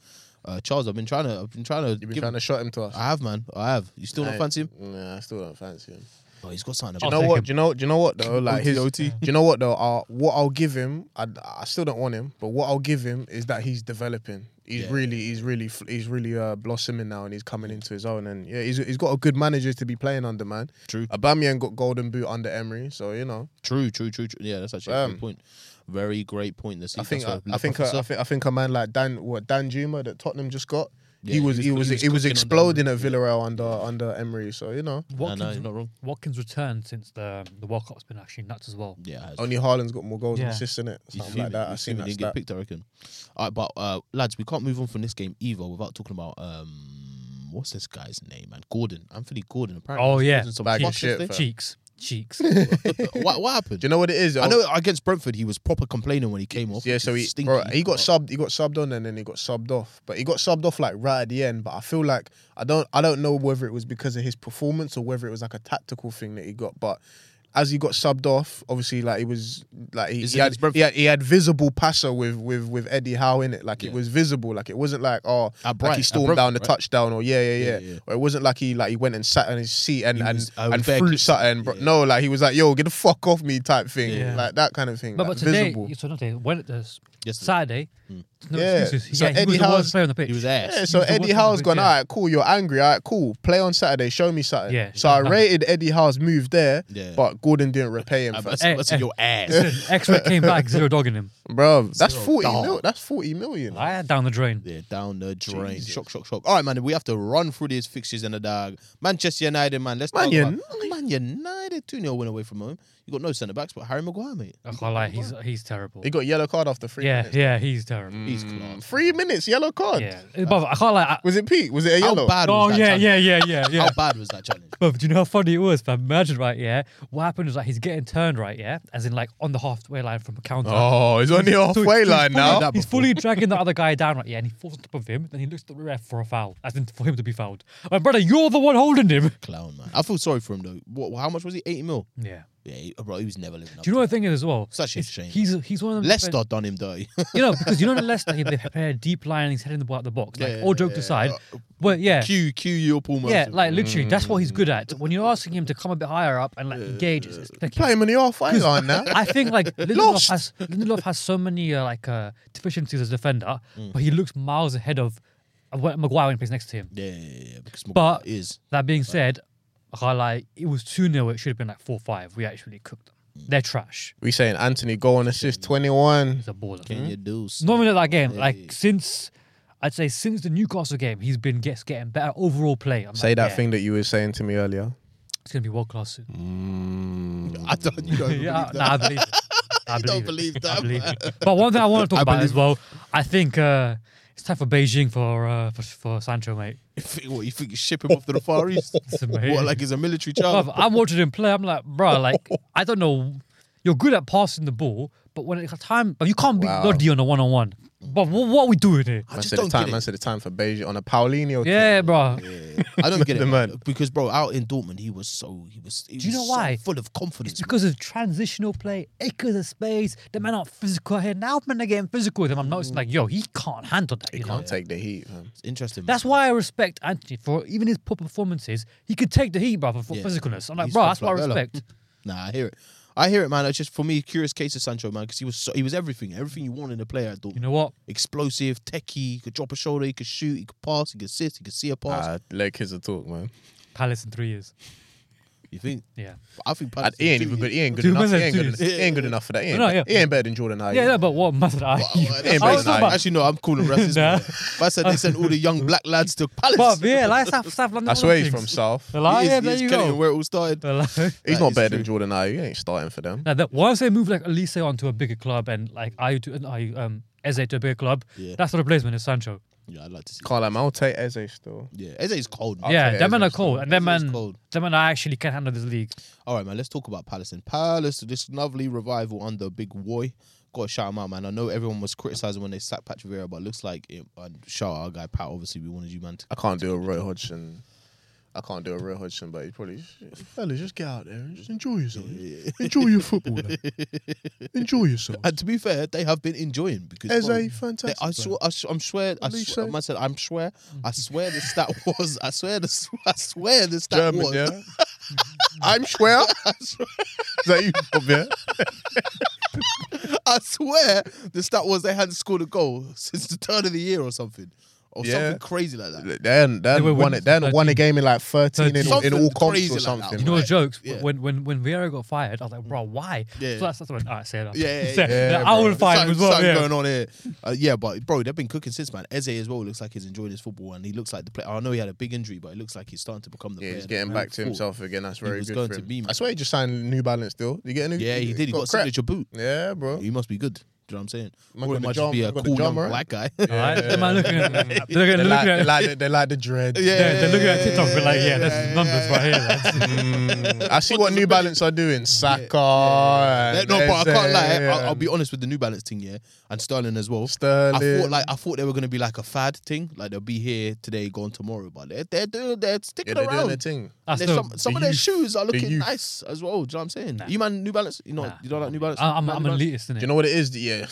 S1: Uh, Charles, I've been trying to I've been trying to
S3: You've been
S1: give
S3: trying to shut him to us.
S1: I have, man. I have. You still not
S3: Nah,
S1: fancy him?
S3: Nah, I still don't fancy him.
S1: Oh, he's got something
S3: You
S4: I'll
S1: about
S3: know
S4: take
S3: what?
S4: him.
S3: Do you know? Do you know what though? Like
S1: OT,
S3: his
S1: OT.
S3: Do you know what though? Uh, what I'll give him, I, I still don't want him, but what I'll give him is that he's developing. He's
S1: Yeah.
S3: really, he's really, f- he's really uh, blossoming now, and he's coming into his own. And yeah, he's, he's got a good manager to be playing under, man.
S1: True.
S3: Aubameyang got golden boot under Emery, so you know.
S1: True, true, true, true. Yeah, that's actually a
S3: Um,
S1: great point. Very great point. This
S3: I think,
S1: that's
S3: I,
S1: why
S3: I think, a, I think, I think a man like Dan, what Dan Juma that Tottenham just got,
S1: Yeah,
S3: he was, he was, he was,
S1: cooking under
S3: exploding
S1: Emery.
S3: at Villarreal under under Emery. So you know,
S1: Nah,
S4: Watkins,
S1: nah, you're not wrong.
S4: Watkins' return since the um, the World Cup's been actually nuts as well.
S1: Yeah, it has.
S3: only Haaland's got more goals
S4: Yeah.
S3: and assists in it,
S1: He's
S3: something like that. I
S1: He's
S3: seen
S1: fuming.
S3: that.
S1: Didn't get
S3: stat.
S1: picked, I reckon. All right, but uh, lads, we can't move on from this game either without talking about um, what's this guy's name, man? Gordon, Anthony Gordon. Apparently,
S4: Oh,
S1: he's
S4: yeah.
S1: causing some
S3: Bag of
S1: fuss
S3: shit,
S1: this day.
S4: Cheeks,
S3: [laughs]
S4: cheeks.
S1: what, what happened?
S3: Do you know what it is?
S1: I know against Brentford, he was proper complaining when he came off.
S3: Yeah,
S1: which
S3: so
S1: is
S3: he
S1: stinky, Oh,
S3: bro, he got
S1: but-
S3: subbed. He got subbed on, and then he got subbed off. But he got subbed off like right at the end. But I feel like I don't I don't know whether it was because of his performance or whether it was like a tactical thing that he got. But as he got subbed off, obviously like he was like he,
S1: Is
S3: he
S1: it
S3: had,
S1: against Brentford?
S3: he had he had visible passer with with with Eddie Howe in it. Like
S1: Yeah.
S3: it was visible. Like it wasn't like oh
S1: At
S3: like
S1: Bright-
S3: he
S1: at
S3: stormed
S1: Brentford,
S3: down the
S1: right?
S3: touchdown or yeah yeah yeah.
S1: Yeah, yeah.
S3: Or it wasn't like he like he went and sat on his seat and
S1: He
S3: and,
S1: was- I was
S3: and
S1: bare
S3: threw
S1: clipped.
S3: something. Bro.
S1: Yeah.
S3: No, like he was like yo get the fuck off me type thing.
S4: Yeah.
S3: Like that kind of thing.
S4: But,
S3: like,
S4: but today,
S3: visible. Hmm.
S4: so not today, when, uh,
S1: Yesterday.
S4: Saturday, no
S3: Yeah,
S4: excuses. He,
S3: so
S4: yeah, he was
S3: Eddie
S4: the
S3: Howe's-
S4: worst player on the pitch.
S1: He was ass.
S3: Yeah, so
S4: He's the
S3: Eddie
S4: worst
S3: Howe's
S4: one,
S3: gone,
S4: yeah.
S3: all right, cool, you're angry, all right, cool, play on Saturday, show me something.
S4: Yeah,
S3: so I
S4: yeah.
S3: rated Eddie Howe's move there,
S1: Yeah.
S3: but Gordon didn't repay him. [laughs]
S1: I-
S3: for-
S1: That's,
S4: Eh,
S1: that's
S4: eh.
S1: your
S3: [laughs]
S1: ass.
S4: Listen, X-ray came back, zero dog in him.
S3: Bro, that's 40
S1: dog.
S3: mil. That's 40 million.
S4: I had down the drain.
S1: Yeah, down the drain. Shock, shock, shock. All right, man. We have to run through these fixtures in the dark. Manchester United, man. Let's
S3: Man
S1: talk about Man United. 2 0 win away from home. You got no centre backs, but Harry Maguire, mate.
S4: I can't lie, he's he's terrible.
S3: He got yellow card after three
S4: Yeah,
S3: minutes. Mm,
S4: yeah, he's terrible.
S1: He's class.
S3: Three minutes, yellow card.
S4: Yeah, but I can't lie. I,
S3: Was it Pete? Was it a
S1: How
S3: yellow?
S1: bad
S4: oh
S1: was that
S4: yeah,
S1: challenge?
S4: yeah, yeah, yeah, yeah.
S1: How bad was that challenge?
S4: But do you know how funny it was? But imagine, right? Yeah, what happened is like he's getting turned, right? Yeah, as in like on the halfway line from a counter.
S3: Oh, he's on the
S4: So
S3: halfway
S4: he's
S3: line
S4: fully-
S3: now.
S4: [laughs] He's fully dragging the other guy down, right? Yeah, and he falls on top of him. Then he looks at the ref for a foul, as in for him to be fouled. My brother, you're the one holding him.
S1: Clown, man. I feel sorry for him, though. What, how much was he? 80 mil?
S4: Yeah.
S1: Yeah, he, bro, he was never living up
S4: Do you know what the thing is as well?
S1: Such a
S4: It's-
S1: shame.
S4: He's he's one of them.
S1: Leicester done him dirty.
S4: You know, because you know in Leicester he- they prepare a deep line and he's heading the ball out the box. Like
S1: Yeah,
S4: all jokes aside, but yeah,
S1: [laughs] Q, Q, your Paul
S4: yeah,
S1: Merson.
S4: like literally that's what he's good at. When you're asking him to come a bit higher up and like engage, it's, it's like
S3: Play him on the halfway line now.
S4: I think like Lindelof has, Lindelof has so many uh, like uh, deficiencies as a defender, but he looks miles ahead of of what Maguire when he plays next to him.
S1: Yeah, yeah, yeah, yeah. Because Maguire
S4: But-
S1: is.
S4: That being said, I can't lie, it was 2 0. It should have been like 4 5. We actually cooked them. They're trash.
S3: [laughs] We saying Anthony go on assist 21.
S4: He's a baller.
S1: Can you do
S4: Hmm? Not
S1: something?
S4: even at that game. Like since, I'd say since the Newcastle game, he's been gets, getting better overall play. I'm
S3: Say
S4: like,
S3: that
S4: yeah,
S3: thing that you were saying to me earlier.
S4: It's going to be world class soon.
S1: I [laughs] don't, you don't believe
S4: [laughs] yeah,
S1: that.
S4: nah, I believe it. I
S1: You don't
S4: believe
S1: believe
S4: it.
S1: that,
S4: I believe it. But one thing I want to talk about as well, I think uh, it's time for Beijing for, uh, for for Sancho, mate.
S1: You [laughs] think- what, you think you ship him off
S4: [laughs]
S1: to the Far East?
S4: It's
S1: What,
S4: amazing.
S1: like he's a military child?
S4: Bruv, I'm watching him play. I'm like, bro, like I don't know. You're good at passing the ball, but when it's time, but you can't beat
S3: Wow.
S4: Lodi on a one on one. But what, what are we doing here?
S1: I
S3: Man
S1: just
S3: said the
S1: don't
S3: time,
S1: get
S3: man
S1: it.
S3: said the time for Beige on a Paulinho.
S4: Yeah, bro.
S1: I don't get it
S3: [laughs] The man.
S1: man. because, bro, out in Dortmund, he was so he was. He
S4: Do you
S1: was
S4: know
S1: so
S4: why?
S1: full of confidence.
S4: It's because of transitional play, acres of space. The man aren't physical here. Now men are getting physical with him. I'm noticing like, yo, he can't handle that.
S3: He
S4: you know?
S3: can't take the heat, man.
S1: It's interesting.
S4: That's why I respect Anthony for even his poor performances. He could take the heat, brother, for
S1: Yeah.
S4: physicalness. I'm like,
S1: He's
S4: bro,
S1: from
S4: that's what I
S1: Flabella.
S4: respect.
S1: Nah, I hear it. I hear it, man. It's just for me, curious case of Sancho, man, because he was so, he was everything, everything you want in a player at Dortmund.
S4: You know what?
S1: Explosive, techie, he could drop a shoulder, he could shoot, he could pass, he could assist, he could see a pass.
S3: Ah, let kids talk, man.
S4: Palace in three years.
S1: You think?
S4: Yeah.
S1: I think
S3: And
S1: Palace.
S3: he ain't even good. He ain't good
S4: Dude,
S3: enough. He
S4: Mesut
S3: ain't good,
S4: Ozil.
S3: he ain't good enough for that. He ain't,
S4: No,
S3: be-
S4: yeah.
S3: he ain't better than Jordan Ayew.
S4: Yeah, no, but what method are you?
S1: Well,
S3: ain't
S1: I
S3: very
S1: was talking
S3: nice.
S4: [laughs]
S1: about- Actually, no, I'm calling racism.
S4: Nah.
S1: But I said they sent all the young black lads to Palace.
S4: But yeah, like South, South London.
S3: That's
S4: all
S3: where
S4: them
S3: he's from,
S4: things.
S3: South.
S4: The lie,
S1: He is-
S4: yeah,
S1: he
S4: there
S1: is
S4: you
S1: Kenny,
S4: go.
S1: where it all started.
S4: The lie.
S3: He's
S4: [laughs]
S1: That
S3: not
S1: is
S3: better
S1: true.
S3: than Jordan Ayew. He ain't starting for them.
S4: Now, that once they move like Elise onto a bigger club and like I to I um Eze to a bigger club,
S1: Yeah.
S4: that's the replacement is Sancho.
S1: Yeah, I'd like to see.
S3: Can't like, I'll take Eze still.
S1: Yeah, Eze's cold. man.
S4: yeah,
S3: take
S4: them
S3: Eze
S4: men are
S3: still.
S4: cold, and them
S1: Eze is
S4: man,
S1: cold.
S4: them man, I actually can handle this league.
S1: All right, man. Let's talk about Palace and Palace. This lovely revival under Big Boy. Got to shout him out, man. I know everyone was criticizing when they sacked Patrick Vieira, but it looks like it. And shout out our guy Pat. Obviously, we wanted you, man. To,
S3: I can't do a Roy Hodgson. I can't do a Roy Hodgson, but he probably fellas just get out there and just enjoy yourself. enjoy your football. lad. enjoy yourself.
S1: and to be fair, they have been enjoying because
S3: Eze,
S1: bro, they,
S3: fantastic.
S1: I swear, I, sw- I'm swear, I
S3: Elise.
S1: swear, man said, I'm swear, I swear the stat [laughs] was, I swear the, I swear the stat
S3: German,
S1: was.
S3: yeah. I'm Schwer. Is that you, Bob? Yeah.
S1: [laughs] I swear the stat was they hadn't scored a goal since the turn of the year or something. Or
S3: Yeah.
S1: something crazy like that.
S3: Then,
S4: They were
S3: then won
S4: winning
S3: it. Then won a
S4: 13.
S3: game in like 13 in, in
S1: Something
S3: all comps
S1: crazy
S3: or
S1: like that.
S3: something.
S4: You know,
S1: Right.
S4: the jokes
S1: Yeah.
S4: when when when Vieira got fired, I was like, bro, why?
S1: Yeah.
S4: So that's, that's when all right, say that.
S1: Yeah,
S4: [laughs]
S1: yeah,
S4: Say-
S3: yeah.
S4: I
S3: Yeah,
S4: will
S1: There's
S4: fire him
S1: something,
S4: as well.
S1: something
S4: Yeah.
S1: going on here. Uh, yeah, but bro, they've been cooking since, man. Eze as well looks like he's enjoying his football, and he looks like the player. I know he had a big injury, but it looks like he's starting to become the
S3: Yeah,
S1: player.
S3: he's
S1: that
S3: getting
S1: we
S3: back to
S1: thought.
S3: himself again. That's very
S1: was
S3: good
S1: going
S3: for
S1: to
S3: him.
S1: be, man.
S3: I swear he just signed New Balance still. Did you get a new?
S1: Yeah, he did. He got, a
S3: crap.
S1: signature boot.
S3: Yeah, bro.
S1: He must be good. Do you know what I'm saying?
S3: Man
S1: or
S3: got
S1: it
S3: the
S1: might just
S3: jump,
S1: be a
S3: got the
S1: cool young
S3: jump, right?
S1: black guy.
S3: [laughs]
S4: All right, they're man
S1: [laughs]
S4: looking at they're looking- they're
S3: They
S4: looking
S3: like, they [laughs]
S4: at
S3: like, the- they like the dread.
S4: they're, they're looking at TikTok, but like, yeah,
S1: yeah,
S4: that's
S1: yeah,
S4: numbers right here. lads.
S1: Mm.
S3: I see what New Balance are doing. Saka.
S1: Yeah,
S3: and
S1: no, but I
S3: Eze
S1: can't lie. I'll, I'll
S3: and
S1: be honest with the New Balance thing, yeah, and Sterling as well.
S3: Sterling.
S1: I thought like I thought they were gonna be like a fad thing, like they'll be here today, gone tomorrow. But they're they're doing they're
S3: yeah,
S1: sticking
S3: they're doing
S1: around.
S3: their thing.
S4: I
S1: And there's
S4: still-
S1: some some
S3: the
S1: of their
S3: youth.
S1: shoes are looking
S3: youth.
S1: nice as well. Do you know what I'm saying? You man, New Balance. You know
S4: Nah.
S1: you don't like New Balance.
S4: I- [laughs] I'm
S1: Like
S4: I'm
S1: New
S4: an
S1: Balance?
S4: elitist in
S3: Do
S4: it.
S3: you know what it is?
S1: [laughs]
S3: Yeah,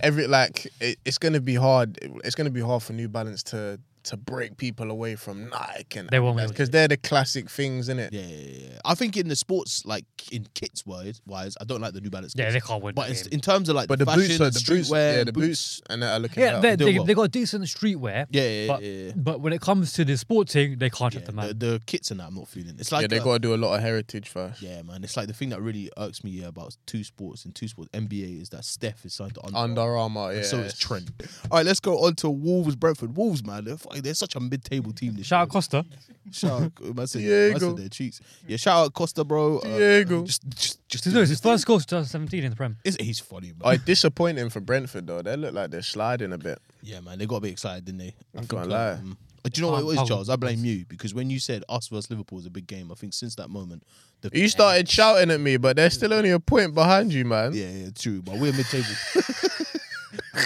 S3: every like it, it's gonna be hard. It's gonna be hard for New Balance to to break people away from Nike and
S4: They won't be able to.
S3: because they're the classic things, in it?
S1: Yeah, yeah, yeah. I think in the sports, like in kits wise, wise, I don't like the New Balance.
S4: yeah,
S1: kits.
S4: they can't win.
S1: but
S4: the
S1: in,
S4: game.
S1: in terms of like
S3: But the
S1: fashion,
S3: boots, are, the boots,
S1: streetwear,
S3: yeah, the boots, and that are looking.
S4: yeah,
S3: out.
S4: they,
S1: doing
S4: they,
S1: well.
S4: they got decent streetwear.
S1: Yeah, yeah,
S4: but,
S1: yeah, yeah.
S4: but when it comes to the sporting, they can't shut
S1: Yeah,
S4: them out.
S1: the, the kits and that, I'm not feeling. It's like
S3: yeah, they
S1: uh,
S3: got to do a lot of heritage first.
S1: Yeah, man. It's like the thing that really irks me yeah, about two sports and two sports NBA is that Steph is signed to Under,
S3: Under Armour, yeah.
S1: and so is Trent. All right, let's go on to Wolves Brentford. Wolves, man, they're, fucking- they're such a mid-table team this
S4: Shout out
S1: year.
S4: Costa.
S1: Shout out, man, said, man
S3: Diego.
S1: said their cheeks. Yeah, shout out Costa, bro. Uh,
S3: Diego.
S1: just, just, just
S4: This is his first goal since 2017 in the Prem.
S1: Is he's funny, man.
S3: Oh, it's disappointing for Brentford though. They look like they're sliding a bit.
S1: yeah, man, they got a bit excited, didn't they? I
S3: I'm gonna lie.
S1: mm. Uh, do you know what it
S4: Oh,
S1: was,
S4: oh,
S1: Charles? I blame you because when you said us versus Liverpool is a big game, I think since that moment, the
S3: You started shouting at me, but they're still only a point behind you, man.
S1: Yeah, yeah, true. But we're mid table. [laughs]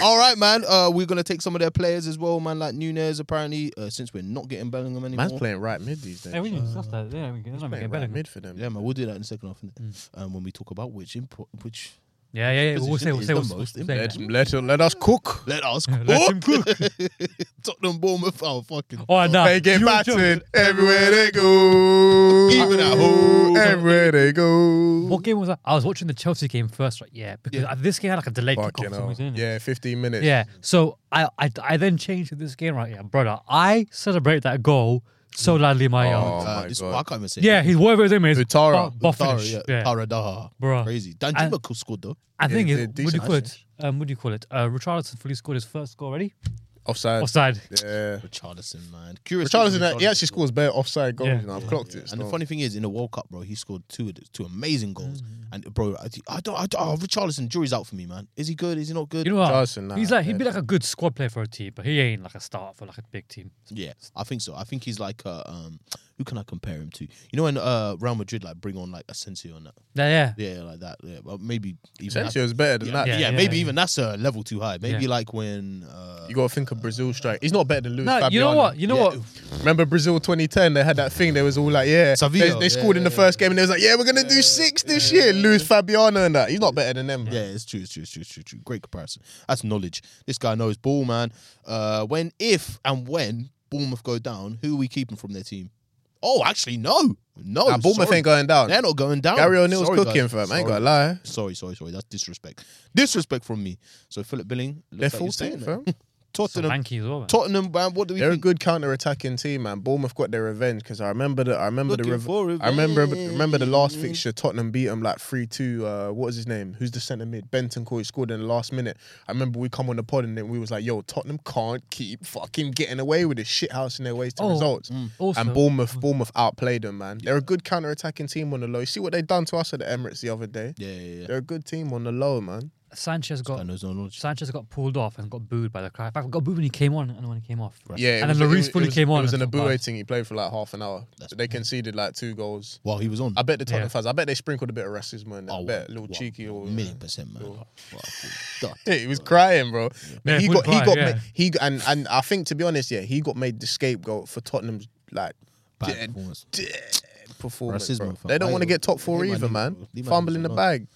S1: All right, man. Uh, we're gonna take some of their players as well, man. Like Nunez, apparently, uh, since we're not getting Bellingham anymore.
S3: Man's playing right mid these days.
S4: Yeah, we can discuss that. Yeah, we can. that's not
S3: Playing right
S4: making better.
S3: mid for them.
S1: Yeah, man. We'll do that in the second half, innit?
S4: Mm.
S1: um, when we talk about which import,
S4: [laughs]
S1: which
S4: Yeah, yeah, yeah. We'll
S1: Position
S4: say, we'll
S1: is
S4: say,
S1: the
S4: what's-
S1: most
S4: we'll say
S1: important.
S4: that.
S3: Let, let, let us cook.
S1: let us
S4: Let him cook.
S1: [laughs] Tottenham, Bournemouth, oh fucking.
S4: Oh, no.
S3: They get battered everywhere they go.
S1: Even at home.
S3: Everywhere they go.
S4: What game was that? I was watching the Chelsea game first, right? Yeah, because
S1: Yeah.
S4: uh, this game had like a delayed
S3: Fucking
S4: kickoff. for some
S3: hell.
S4: reason, innit?
S3: Yeah, 15 minutes.
S4: Yeah. So I, I, I then changed to this game, right? Yeah, brother. I celebrate that goal so loudly, my
S3: Oh
S4: yard.
S1: Uh,
S3: my
S1: this,
S3: God.
S1: I can't even say.
S4: Yeah, he's whatever his name is.
S3: Utara.
S4: Buff
S1: Tara,
S4: finish.
S1: yeah,
S4: Yeah.
S1: Tara Daha.
S4: Bruh.
S1: crazy. Dan
S4: And-
S1: Juma scored though.
S4: I
S3: Yeah,
S4: think
S3: they're
S4: it, what do you
S3: decent,
S4: call it? Um, what do you call it? Uh, Richardson fully scored his first goal already.
S3: Offside.
S4: Offside.
S3: Yeah.
S1: Richardson, man. Curious.
S4: uh,
S3: Richarlison, he actually scores better offside goals.
S4: Yeah.
S3: You know, I've clocked it.
S1: And the
S3: still.
S1: funny thing is, in the World Cup, bro, he scored two of the- two amazing goals.
S4: Mm.
S1: And bro, I, I don't, I don't. Oh, Richarlison, jury's out for me, man. Is he good? Is he not good?
S4: You know what?
S3: Richarlison, nah,
S4: he's like he'd be
S3: dead.
S4: like a good squad player for a team, but he ain't like a start for like a big team.
S1: Yeah, I think so. I think he's like uh, um, who can I compare him to? You know when uh Real Madrid like bring on like Asensio and that,
S4: Yeah, yeah.
S1: yeah, like that. Yeah, well, maybe even that,
S3: Essentially, it's better than
S1: yeah,
S3: that.
S1: yeah,
S4: Yeah,
S1: maybe
S4: yeah.
S1: even that's a level too high. Maybe
S4: Yeah.
S1: like when uh,
S3: You got to think of Brazil strike. He's not better than Luis
S4: No,
S3: Fabiano.
S4: you know what? You know
S1: yeah,
S4: what?
S3: Remember Brazil 2010? They had that thing. They was all like, yeah.
S1: Savio,
S3: they they
S1: yeah,
S3: scored in the
S1: yeah,
S3: first game and they was like, yeah, we're going to do six this year. Luis Fabiano and that. He's not better than them.
S1: Yeah, it's true, it's true, it's true, it's true, true. Great comparison. That's knowledge. This guy knows ball, man. Uh, when, if, and when Bournemouth go down, who are we keeping from their team? Oh, actually, no, no.
S3: Nah, Bournemouth
S1: Oh, sorry.
S3: ain't going down.
S1: They're not going down.
S3: Gary O'Neill's
S1: Sorry,
S3: cooking
S1: guys.
S3: for him. I ain't
S1: Sorry.
S3: going to lie.
S1: Sorry, sorry, sorry. That's disrespect. Disrespect from me. So Philip Billing.
S3: They're
S1: Looks like you're
S3: 14th,
S1: staying there.
S3: fam.
S1: Tottenham.
S4: Solanke as well. Man.
S1: Tottenham, man. What do we
S3: They're a
S1: think?
S3: good counter-attacking team, man. Bournemouth got their revenge because I remember the I remember
S1: Looking
S3: the rev-
S1: for
S3: I remember
S1: revenge.
S3: remember the last fixture Tottenham beat them like three two. Uh, what was his name? Who's the centre mid? Benton Coy scored in the last minute. I remember we come on the pod and then we was like, "Yo, Tottenhouse can't keep fucking getting away with this shit house in their ways to
S4: Oh,
S3: results."
S4: also- mm.
S3: and Bournemouth, Bournemouth outplayed them, man. They're a good counter-attacking team on the low. You see what they done to us at the Emirates the other day?
S1: Yeah, yeah, yeah.
S3: They're a good team on the low, man.
S4: Sanchez got
S1: And there's no knowledge.
S4: Sanchez got pulled off and got booed by the crowd. In fact, got booed when he came on and when he came off.
S3: Yeah, it
S4: and
S3: was-
S4: then
S3: it
S4: Lloris
S3: was- it
S4: fully
S3: was-
S4: came on.
S3: It was an
S4: and got
S3: Abue
S4: bad.
S3: thing. He played for like half an hour. they conceded like two goals.
S1: Well, he was on. Oh,
S3: I bet the Tottenham
S4: Yeah.
S3: fans. I bet they sprinkled a bit of racism in there. I bet a little
S1: what-
S3: cheeky or
S1: million percent, man. What a
S3: [laughs]
S1: good duck.
S3: Yeah, [laughs] he was crying, bro. But
S4: Yeah,
S3: he
S4: he
S3: got
S4: would
S3: he
S4: cry,
S3: got
S4: yeah.
S3: ma- he got- and and I think to be honest, yeah, he got made the scapegoat for Tottenham's like
S1: Bad
S3: dead,
S1: performance.
S3: dead performance.
S1: Racism,
S3: bro.
S1: fam.
S3: They don't
S1: Why-
S3: want to get top four
S1: leave my
S3: either,
S1: niggas
S3: man.
S1: alone. Leave my
S3: Fumble
S1: niggas
S3: in the
S1: alone.
S3: bag.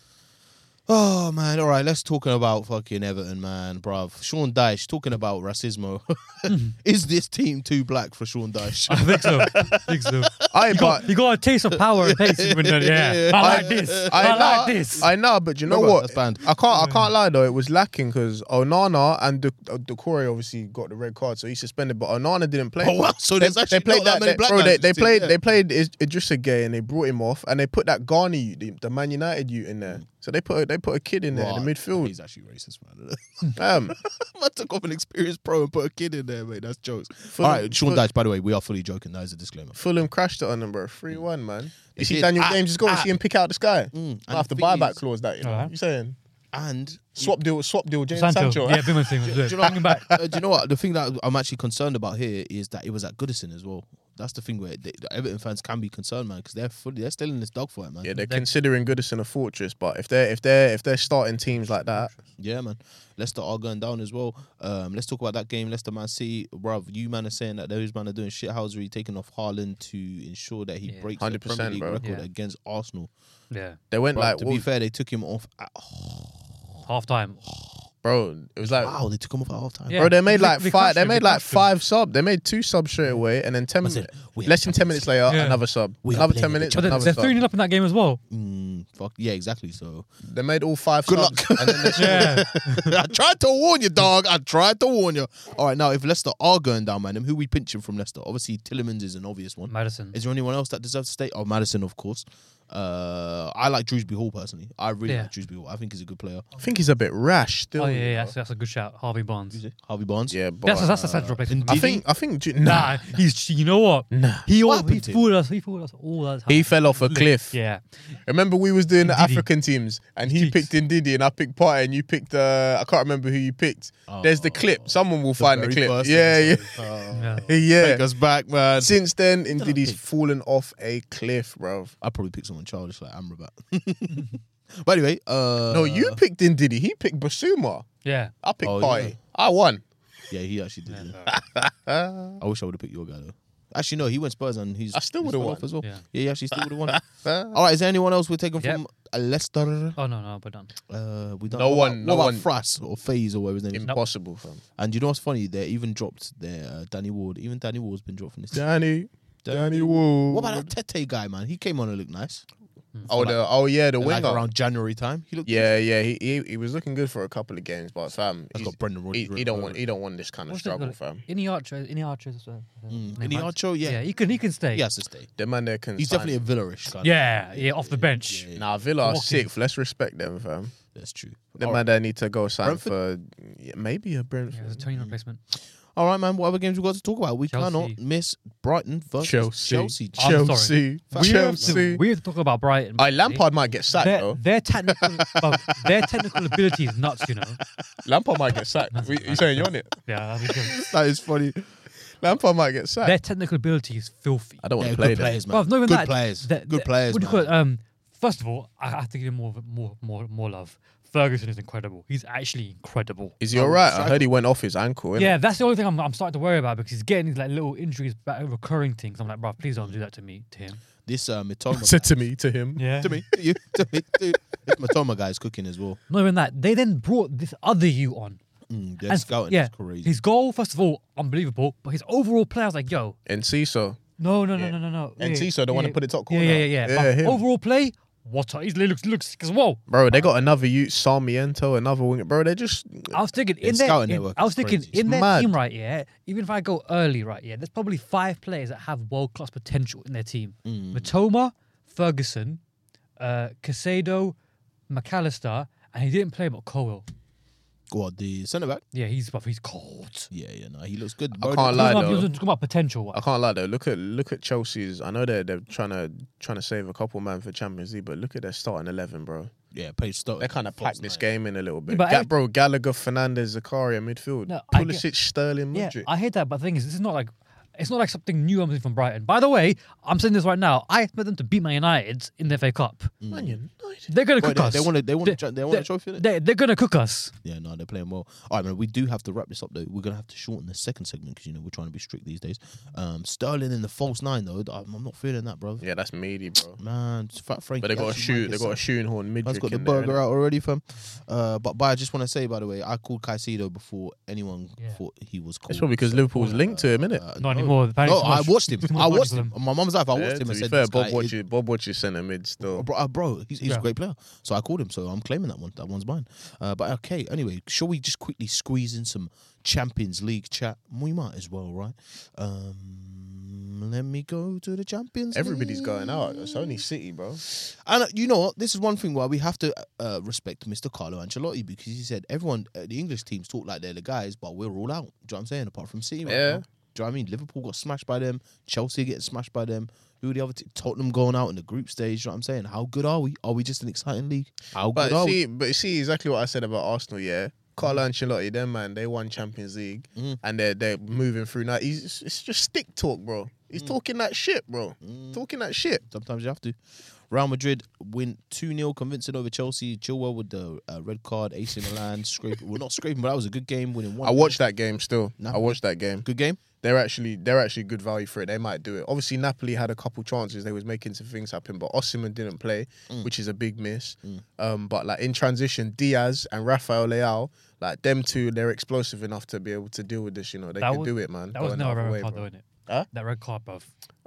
S1: Oh man, all right, let's talk about fucking Everton, man, bruv. Sean Dyche talking about racismo. [laughs] Is this team too black for Sean Dyche?
S3: [laughs]
S4: [laughs] I think so. I think so.
S3: I
S4: You got,
S3: but
S4: you got a taste of power and pace. when you're- Yeah, I like this. I,
S3: nah,
S4: like this.
S3: I know, but you know
S1: Bro,
S3: what?
S1: that's banned.
S3: I can't. I can't lie though. It was lacking because Onana and the Decore obviously got the red card, so he's suspended. But Onana didn't play.
S1: [laughs] Oh, wow, so there's actually not that many
S3: they-
S1: black
S3: bro,
S1: guys
S3: they,
S1: in
S3: they
S1: this team,
S3: played.
S1: yeah.
S3: They played Is- Idrissa Gay and they brought him off, and they put that Ghani, youth, the, the Man United youth, in there. So they put a, they put a kid in there in the
S1: Right.
S3: midfield.
S1: He's actually racist, man. [laughs]
S3: Um,
S1: I took off an experienced pro and put a kid in there, mate. That's jokes.
S3: Fulham-
S1: all right, Sean
S3: Fulham-
S1: Dyche, by the way, we are fully joking. That is a disclaimer.
S3: Fulham crashed it on them, bro. Three one, man. You see
S1: did.
S3: Daniel
S1: Ah,
S3: James is going.
S1: ah.
S3: see him pick out the sky.
S1: Mm,
S3: I have to
S1: and the
S3: buy
S1: thing
S3: back
S1: is-
S3: clause that you know.
S4: Alright.
S3: You saying
S1: And
S3: swap deal? Swap deal? James
S4: Sancho.
S3: Sancho.
S4: Yeah, Bimmer thing. Was
S1: do
S4: it.
S1: you know
S4: Bring him back.
S1: [laughs] Uh, do you know what? The thing that I'm actually concerned about here is that it was at Goodison as well. That's the thing where the, the Everton fans can be concerned, man, because they're fully, they're still in this dogfight, man.
S3: Yeah,
S1: Yeah.
S3: they're
S4: They-
S3: considering Goodison a fortress, but if they're if they're if they're starting teams like that,
S1: man. Leicester are going down as well. Um, let's talk about that game. Leicester Man City, bruv. You man are saying that those man are doing shithousery, taking off Haaland to ensure that he
S4: Yeah.
S1: breaks the Premier
S3: 100%,
S1: League
S3: bro.
S1: record
S4: Yeah.
S1: against Arsenal.
S4: Yeah,
S3: they went
S1: Bruv,
S3: like
S1: to
S3: what
S1: be
S3: was-
S1: fair, they took him off at
S4: half time.
S3: bro, it was like
S1: wow. They took him off at half time.
S4: Yeah.
S3: bro, they made
S4: They- [laughs]
S3: like
S4: they
S3: five
S4: crushed
S3: they
S4: him, they
S3: made like
S4: crushed him.
S3: five sub. They made two subs straight away and then ten
S1: I said,
S3: minutes
S1: we are
S3: less than
S1: playing
S3: ten minutes
S1: this-
S3: later,
S4: Yeah.
S3: another sub.
S1: We are
S3: Another
S1: playing
S3: ten
S1: this-
S3: minutes,
S4: But they're,
S3: another
S4: they're
S3: sub.
S4: three 0 up in that game as well.
S1: Mm, fuck yeah, exactly. So [laughs]
S3: They made all five
S1: Good
S3: subs.
S1: luck.
S3: and then they-
S4: Yeah,
S1: I tried to warn you, dog. I tried to warn you. All right, now if Leicester are going down, man, then who we pinching from Leicester? Obviously, Tillemans is an obvious one.
S4: Madison.
S1: Is there anyone else that deserves to stay? Oh, Madison, of course. Uh, I like Drewsby Hall personally. I really
S4: Yeah.
S1: like Drewsby Hall. I think he's a good player.
S3: I think he's a bit rash still.
S4: Oh yeah,
S3: you
S4: yeah
S3: know.
S4: that's, that's a good shout. Harvey Barnes.
S1: Harvey Barnes.
S3: yeah, but
S4: That's that's a central place.
S1: and
S3: I
S1: Did
S3: think I think Ju- nah.
S4: Nah, he's you know what?
S3: Nah.
S4: He all,
S1: What
S4: he
S1: happened to him?
S4: fooled us. He fooled us all that time.
S3: He fell off a cliff.
S4: yeah,
S3: Remember we was doing the
S4: Ndidi.
S3: African teams and he
S4: Jeez.
S3: picked Ndidi and I picked Partey and you picked uh, I can't remember who you picked. There's the clip. Someone will find the
S1: Oh. very
S3: clip.
S1: first
S3: Yeah, yeah.
S1: episode. Oh.
S4: yeah.
S3: Yeah.
S1: Take us back, man.
S3: Since then, Ndidi's fallen off a cliff, bro.
S1: I probably picked someone childish like Amrabat. [laughs] but anyway, uh,
S3: No, you picked Ndidi. He picked Basuma.
S4: yeah.
S3: I picked
S1: Oh,
S3: Party.
S1: yeah.
S3: I won.
S1: Yeah, he actually did.
S3: [laughs]
S1: yeah. I wish I would have picked your guy though. Actually, no, he went Spurs and he's.
S3: I still
S1: he's
S3: would've
S1: fell
S3: won.
S1: off as well. Yeah,
S4: Yeah.
S1: he actually still would have
S3: [laughs]
S1: won.
S3: Uh,
S1: All right, is there anyone else we're taking
S4: Yep.
S1: from uh, Leicester?
S4: Oh no, no, but done.
S1: Uh, we don't.
S3: No
S1: what
S3: one,
S1: About,
S3: no
S1: what
S3: one.
S1: about Frass or Faze or whatever his name is?
S3: Impossible, fam.
S1: And you know what's funny? They even dropped their uh, Danny Ward. Even Danny Ward's been dropped from this. team.
S3: Danny.
S1: Danny
S3: Woo.
S1: What about that Tete guy, man? He came on and looked nice.
S3: Oh, the, oh yeah, the
S1: Like
S3: winger.
S1: around January time, he looked.
S3: yeah, yeah. He, he he was looking good for a couple of games, but fam,
S1: That's
S3: he's-
S1: got Brendan
S3: he,
S1: Rodgers.
S3: he don't want he don't want this kind of
S4: What's it
S3: struggle,
S4: called?
S3: fam.
S4: Any Archer, any Archer as well. uh,
S1: Mm.
S4: name, right?
S1: Iheanacho, yeah.
S4: yeah, he can, he can stay.
S1: He has to stay.
S3: The man there can.
S1: He's definitely a Villarish guy.
S4: yeah, yeah, off the bench.
S3: Nah, Villa are
S4: Walking.
S3: sixth. Let's respect them, fam.
S1: that's true.
S3: The
S1: All
S3: man there need to go sign
S1: Brentford?
S3: for yeah, maybe a
S4: Yeah,
S3: Brentford.
S4: there's a Tony replacement.
S1: All right, man. What other games we got to talk about? We
S4: Chelsea.
S1: cannot miss Brighton versus Chelsea.
S3: Chelsea.
S4: I'm sorry.
S3: Chelsea,
S1: We have to-
S3: Chelsea.
S4: We have to talk about Brighton.
S3: I
S4: basically.
S3: Lampard might get sacked
S4: Their,
S3: though. [laughs]
S4: their technical, well, their technical ability is nuts. You know.
S3: Lampard might get sacked.
S4: That's
S3: We-
S4: mad.
S3: you saying you're on [laughs] it?
S4: Yeah. I think, um,
S1: That is funny.
S3: Lampard might get
S4: their
S3: sacked.
S4: technical ability is filthy.
S3: I don't want
S1: Yeah,
S3: to
S1: good
S3: play them.
S1: players, man.
S4: Well, not even
S1: good
S4: that.
S1: players.
S4: the-
S1: good
S4: the-
S1: players.
S4: What do you
S1: man.
S4: call it? Um, first of all, I I have to give him more, of- more, more, more love. Ferguson is incredible. He's actually incredible.
S3: Is he all right? I heard he went off his ankle. innit?
S4: Yeah, that's the only thing I'm, I'm starting to worry about because he's getting these like little injuries, back, recurring things. I'm like, bro, please don't do that to me, to him.
S1: This uh, Mitoma.
S3: Said to me, to him.
S4: Yeah.
S1: to me, to [laughs] you, to me, to you. This Matoma guy is cooking as well.
S4: Not even that. They then brought this other you on.
S1: Mm, their
S4: And-
S1: scouting
S4: yeah,
S1: is crazy.
S4: His goal, first of all, unbelievable. But his overall play, I was like, yo,
S3: And Ciso.
S4: no, no,
S3: Yeah.
S4: no, no, no, no.
S3: And
S4: yeah,
S3: Tiso, the one that put it top
S4: Yeah,
S3: corner.
S4: yeah, yeah.
S3: Yeah,
S4: yeah. But
S3: him.
S4: overall play, What? He looks looks sick as well.
S3: Bro, they got another youth, Sarmiento, another winger. Bro, they're just
S4: I was thinking in
S1: The
S4: their,
S1: scouting
S4: in-
S1: network
S4: I
S1: is
S4: was thinking
S1: crazy.
S4: in
S3: It's
S4: their
S3: mad.
S4: team right here. Even if I go early right here, there's probably five players that have world class potential in their team:
S3: Mm.
S4: Matoma, Ferguson, uh, Casado, McAllister, and he didn't play but Cowell.
S1: God, the centre back.
S4: Yeah, he's but he's cold.
S1: Yeah, yeah, no, he looks good. bro.
S3: can't lie. I
S4: Talking
S3: know.
S4: about, talking about potential.
S3: I can't lie though. Look at look at Chelsea's. I know they're they're trying to trying to save a couple man for Champions League, but look at their starting eleven, bro.
S1: Yeah, played Stoke.
S3: They kind of packed this game in a little bit.
S4: but
S3: Ga-
S4: I-
S3: bro, Gallagher, Fernandez, Zakaria, midfield.
S4: No, I get-
S3: Pulisic, Sterling,
S4: Yeah,
S3: Modric.
S4: I hear that, but the thing is, this is not like it's not like something new I'm seeing from Brighton. By the way, I'm saying this right now. I expect them to beat Man United in the FA Cup.
S3: Man United.
S4: They're gonna
S1: Boy,
S4: cook
S1: they-
S4: us.
S1: they wanna- they wanna
S4: They-
S1: tro- they wanna
S4: they-
S1: trophy, innit?
S4: They, they're gonna cook us.
S1: Yeah, no, they're playing well. All right, man, we do have to wrap this up though. We're gonna have to shorten the second segment because you know we're trying to be strict these days. Um, Sterling in the false nine though, I'm, I'm not feeling that, bro.
S3: Yeah, that's meaty, bro.
S1: Man, just fat Frankie.
S3: But they got a
S1: actually might
S3: shoe.
S1: get
S3: They got a
S1: some-
S3: shoehorn Midrick.
S1: Man's got the
S3: in there,
S1: burger
S3: innit?
S1: out already, fam. Uh, but but I just want to say, by the way, I called Caicedo before anyone
S4: Yeah.
S1: thought he was called.
S3: It's probably because Liverpool's linked to him, innit?
S1: Uh,
S4: Not anymore. Apparently
S1: No,
S4: it's
S1: I
S3: [laughs]
S4: much-
S1: watched him.
S4: it's [laughs] much
S1: I watched
S4: them.
S1: him. My mum's life. I watched
S3: Yeah,
S1: him
S3: to
S1: and
S3: be
S1: said,
S3: fair,
S1: this
S3: Bob
S1: guy is-
S3: watches Bob watches centre mid
S1: Oh,
S3: still.
S1: Bro, uh, bro, he's, he's
S4: Yeah.
S1: a great player. So I called him. So I'm claiming that one. That one's mine. Uh, but okay. Anyway, shall we just quickly squeeze in some Champions League chat? We might as well, right? Um, let me go to the Champions.
S3: Everybody's
S1: League.
S3: going out. It's only City, bro.
S1: And uh, you know what? This is one thing why we have to uh, respect Mr. Carlo Ancelotti because he said everyone, uh, the English teams talk like they're the guys, but we're all out. Do you know what I'm saying? Apart from City, right
S3: Yeah.
S1: now. Do you know what I mean? Liverpool got smashed by them. Chelsea getting smashed by them. Who are the other? T- Tottenham going out in the group stage. Do you know what I'm saying? How good are we? Are we just an exciting league? How good
S3: But
S1: are we?
S3: see, but you see exactly what I said about Arsenal. Yeah, Carlo Ancelotti, them man, they won Champions League and they're they're moving through now. He's it's just stick talk, bro. He's talking that shit, bro. Talking that shit.
S1: Sometimes you have to. Real Madrid win 2 0, convincing over Chelsea. Chilwell with the uh, red card, AC Milan, scraping. Well, not scraping, but that was a good game winning one.
S3: I watched that game still. I
S1: Napoli.
S3: watched that game.
S1: Good game.
S3: They're actually they're actually good value for it. They might do it. Obviously, Napoli had a couple chances. They was making some things happen, but Osimhen didn't play, which is a big miss. Um, but like in transition, Diaz and Rafael Leao, like them two, they're explosive enough to be able to deal with this. You know, they
S4: That
S3: can
S4: was-
S3: do it, man.
S4: That
S3: Go
S4: was never
S3: another
S4: a
S3: way,
S4: red card,
S3: bro.
S4: though, innit?
S3: Huh?
S4: That red card, bruv.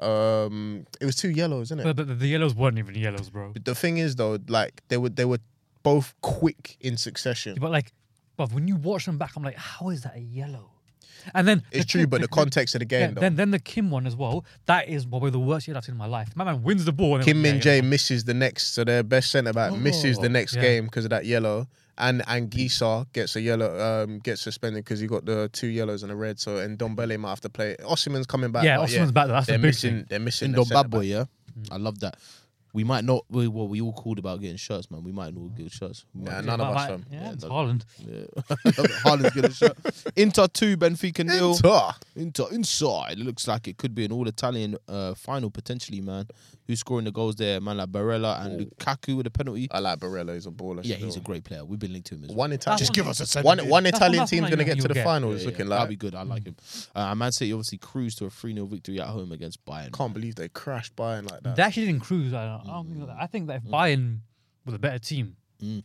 S3: Um, it was two yellows, isn't it?
S4: But, but the- the yellows weren't even yellows, bro.
S3: But the thing is, though, like they were they were both quick in succession.
S4: But like, bruv, when you watch them back, I'm like, how is that a yellow? And then
S3: It's true, but the context of the
S4: yeah,
S3: game, though.
S4: then then the Kim one as well. That is probably the worst yellow I've seen in my life. My man wins the ball. And
S3: Kim
S4: then,
S3: Min Jae misses the next, so their best centre back misses the next
S4: Oh, yeah.
S3: game because of that yellow, and and Gisa gets a yellow, um, gets suspended because he got the two yellows and a red. So and Dombele might have to play. Osimhen's coming back.
S4: Yeah,
S3: but
S4: Osimhen's back, though, that's the
S3: they're
S4: big
S3: missing.
S4: thing.
S3: They're missing.
S1: In
S3: their centre
S1: Zimbabwe, yeah.
S3: Mm.
S1: I love that. We might not, we, well, we all called about getting shirts, man. We might not all get shirts. We might
S3: back. Nah, none
S4: My-
S3: of us.
S4: my-
S3: Fam.
S4: Yeah,
S1: um, Yeah,
S4: it's
S1: no.
S4: Haaland.
S1: [laughs] not. Harlan's getting a
S3: [laughs]
S1: shirt. Inter 2, Benfica nil.
S3: Inter.
S1: Inter inside. It looks like it could be an all Italian uh, final potentially, man. Who's scoring the goals there? Man like Barella
S3: Oh.
S1: and Lukaku with a penalty.
S3: I like Barella. He's a baller.
S1: yeah, he's a
S3: still.
S1: great player. We've been linked to him as well.
S3: one Italian.
S4: Just give
S1: us a second,
S3: One
S1: dude.
S3: one
S4: That's
S3: Italian
S4: enough
S3: team's
S4: money
S3: gonna
S4: that
S3: get to
S4: you'll
S3: the
S4: get.
S3: finals.
S1: Yeah,
S3: looking
S1: yeah, that'd
S3: like
S1: be good. I like him. Uh, and Man City obviously cruised to a 3 0 victory at home against Bayern.
S3: can't believe they crashed Bayern like that.
S4: They actually didn't cruise. I don't, I don't
S1: Mm.
S4: think that. I think that if Bayern was a better team, I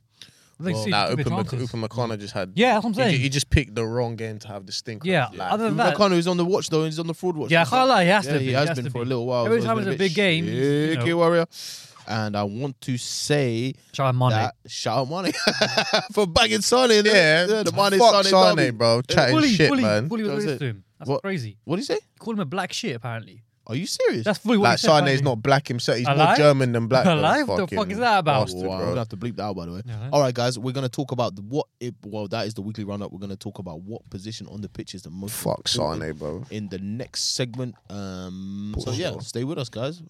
S4: think City
S3: Nah,
S4: took their
S3: Upama-
S4: chances.
S3: Upamecano just had.
S4: Yeah, that's what I'm
S3: he ju-
S4: saying.
S3: He, just picked the wrong game to have the stink.
S4: Yeah,
S3: Like,
S4: other than that,
S1: Lukaku is on the watch though. He's on the fraud watch.
S4: Yeah, I can't lie, he has
S1: yeah,
S4: to
S1: he
S4: be, he
S1: has
S4: has
S1: been
S4: to
S1: for
S4: be.
S1: a little while.
S4: Every
S1: so he's
S4: time
S1: been
S4: it's a
S1: bit
S4: big game,
S1: shaky,
S4: you know.
S1: warrior. And I want to say
S4: Shout out Mane.
S1: that shout out money [laughs] for bagging Sane. innit?
S3: yeah,
S1: yeah, the money
S3: fuck
S1: Sane, derby.
S3: Sane, bro. Chatting
S4: Bully,
S3: shit,
S4: bully,
S3: man.
S4: bully
S1: That
S4: was
S1: was
S4: this
S1: it.
S4: to him. That's
S1: What?
S4: crazy.
S1: What do you say?
S4: He called him a black shit. Apparently,
S1: Are you serious?
S4: that's fully what
S3: Like
S4: he said,
S3: Sane
S4: apparently.
S3: is not black himself. He's more
S4: Alive?
S3: German than black. though,
S4: Alive? The
S3: fucking
S4: fuck is that about?
S3: bastard,
S1: Wow, we're
S3: bro.
S1: gonna have to bleep that out, by the way.
S4: Yeah.
S1: All right, guys, we're gonna talk about the, what. It, well, that is the weekly roundup. We're gonna talk about what position on the pitch is the most
S3: Fuck
S1: important
S3: Sane, bro.
S1: in the next segment. Um, so
S3: Bullshit.
S1: yeah, stay with us, guys.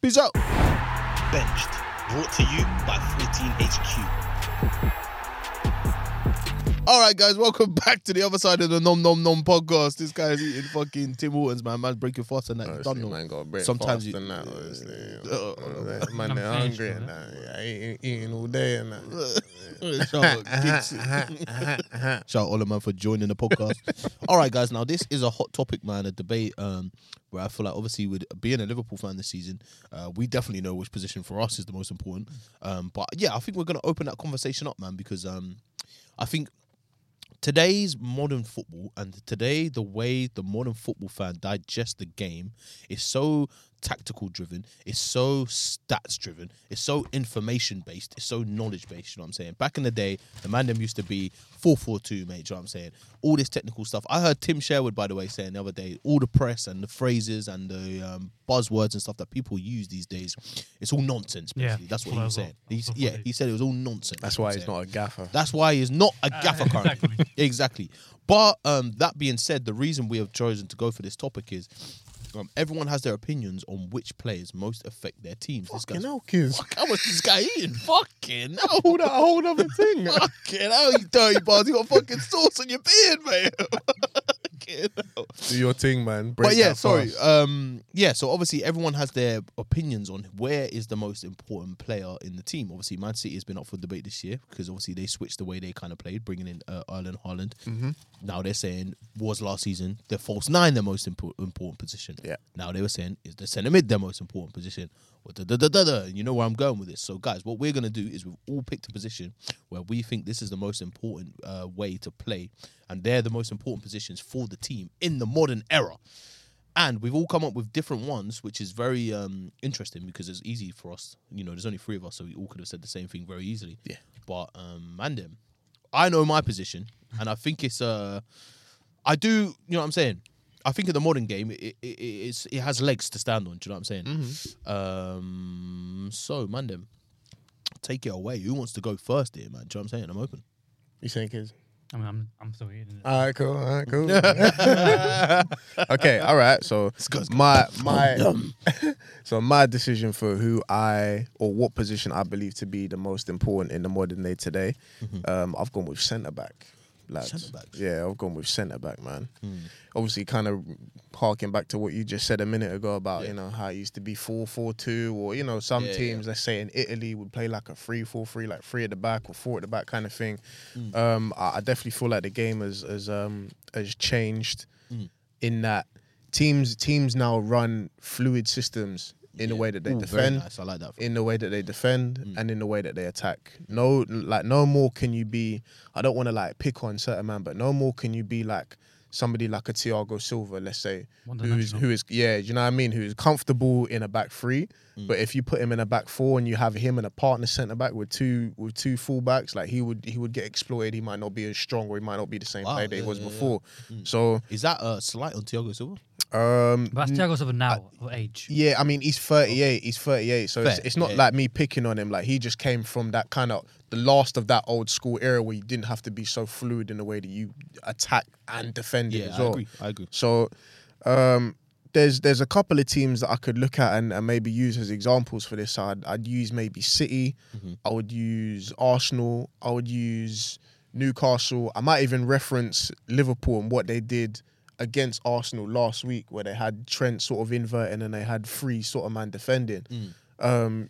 S1: Peace out.
S2: Benched. Brought to you by 14HQ.
S1: All right, guys, welcome [laughs] back to the other side of the Nom Nom Nom podcast. This guy's eating fucking Tim Hortons, man. Man's breaking fast and that. He's
S3: Honestly,
S1: done
S3: man, got break
S1: Sometimes
S3: Sometimes
S1: you- [laughs]
S3: you. That, honestly.
S1: Uh,
S3: man,
S4: I'm
S3: they're
S4: finished,
S3: hungry.
S4: man.
S3: and that. I ain't eating all day. And [laughs] that. Uh-huh,
S1: now. Shout out, kids. Shout out Ola, man, for joining the podcast.
S3: [laughs]
S1: All right, guys, now this is a hot topic, man, a debate um, where I feel like, obviously, with being a Liverpool fan this season, uh, we definitely know which position for us is the most important. Um, but yeah, I think we're going to open that conversation up, man, because um, I think today's modern football and today the way the modern football fan digests the game is so tactical driven. It's so stats driven. It's so information based. It's so knowledge based. You know what I'm saying? Back in the day, the man them used to be four four two, mate. You know what I'm saying? All this technical stuff. I heard Tim Sherwood, by the way, saying the other day, all the press and the phrases and the um, buzzwords and stuff that people use these days, it's all nonsense.
S4: Yeah,
S1: Basically, that's what he
S6: what
S1: was
S6: I got.
S1: saying. He's,
S6: That's what
S1: yeah,
S6: it-
S1: he said it was all nonsense.
S3: That's
S1: you know
S3: why
S1: what I'm
S3: he's
S1: saying?
S3: not a gaffer.
S1: That's why he's not a gaffer currently.
S6: exactly.
S1: [laughs] Exactly. But um, that being said, the reason we have chosen to go for this topic is um, everyone has their opinions on which players most affect their teams. This
S3: Fucking
S1: guy's,
S3: hell, kids.
S1: fuck, [laughs] how much is this guy eating? Fucking hell.
S3: Hold that
S1: [laughs]
S3: whole other thing.
S1: Fucking hell, you dirty bars. You got fucking sauce on your beard, mate. [laughs] Fucking hell
S3: Do your thing, man.
S1: but yeah, sorry. Um, yeah, so obviously everyone has their opinions on where is the most important player in the team. Obviously, Man City has been up for debate this year because obviously they switched the way they kind of played, bringing in uh, Ireland, Haaland. Now they're saying was last season the false nine their most impo- important position.
S3: Yeah.
S1: Now they were saying is the centre mid their most important position. Well, da, da, da, da, da. You know where I'm going with this. So guys, what we're gonna do is we've all picked a position where we think this is the most important uh, way to play, and they're the most important positions for the team in the modern era and we've all come up with different ones, which is very um, interesting because it's easy for us. You know, there's only three of us, so we all could have said the same thing very easily.
S3: Yeah.
S1: But um, Mandem, I know my position, and I think it's uh, I do. You know what I'm saying? I think in the modern game, it it, it, it's, it has legs to stand on. Do you know what I'm saying?
S3: Mm-hmm.
S1: Um, so Mandem, take it away. Who wants to go first here, man? Do you know what I'm saying? I'm open.
S3: You saying kids?
S6: I mean, I'm, I'm still eating it.
S1: Uh,
S3: All right, cool. All right, cool. [laughs] okay, all right. So
S1: guy's got-
S3: my my [laughs] so my decision for who I or what position I believe to be the most important in the modern day today, um, I've gone with centre back. Lads.
S1: Centre-back.
S3: Yeah, I've gone with centre back, man.
S1: Hmm.
S3: Obviously, kind of harking back to what you just said a minute ago about you know how it used to be four four two or you know some
S1: Yeah, yeah,
S3: teams let's say in Italy would play like a three four three like three at the back or four at the back kind of thing.
S1: Hmm.
S3: Um, I, I definitely feel like the game has has um has changed
S1: Hmm.
S3: in that teams teams now run fluid systems in the way that they
S1: Ooh, very
S3: defend
S1: nice. I like that.
S3: in the way that they defend
S1: Mm.
S3: and in the way that they attack. No, like no more can you be. I don't want to like pick on certain man, but no more can you be like somebody like a Thiago Silva, let's say,
S6: One
S3: who is
S6: dimensional.
S3: who is yeah, do you know what I mean? Who is comfortable in a back three,
S1: Mm.
S3: but if you put him in a back four and you have him and a partner centre back with two with two fullbacks, like he would he would get exploited. He might not be as strong or he might not be the same
S1: Wow,
S3: player that
S1: yeah,
S3: he was
S1: yeah, Mm. yeah.
S3: before. So
S1: Is that a slight on Thiago Silva?
S3: um,
S4: But that's
S1: mm.
S4: Thiago Silva now,
S1: Uh,
S4: of age.
S3: Yeah, I mean he's 38. He's 38, so it's,
S1: Fair,
S3: it's not
S1: yeah.
S3: like me picking on him. Like he just came from that kind of the last of that old school era where you didn't have to be so fluid in the way that you attack and defend it
S1: Yeah,
S3: as
S1: I
S3: well.
S1: agree. I agree.
S3: So um, there's there's a couple of teams that I could look at and, and maybe use as examples for this. I'd, I'd use maybe City.
S1: Mm-hmm.
S3: I would use Arsenal. I would use Newcastle. I might even reference Liverpool and what they did against Arsenal last week, where they had Trent sort of inverting and they had three sort of man defending.
S1: Mm.
S3: Um,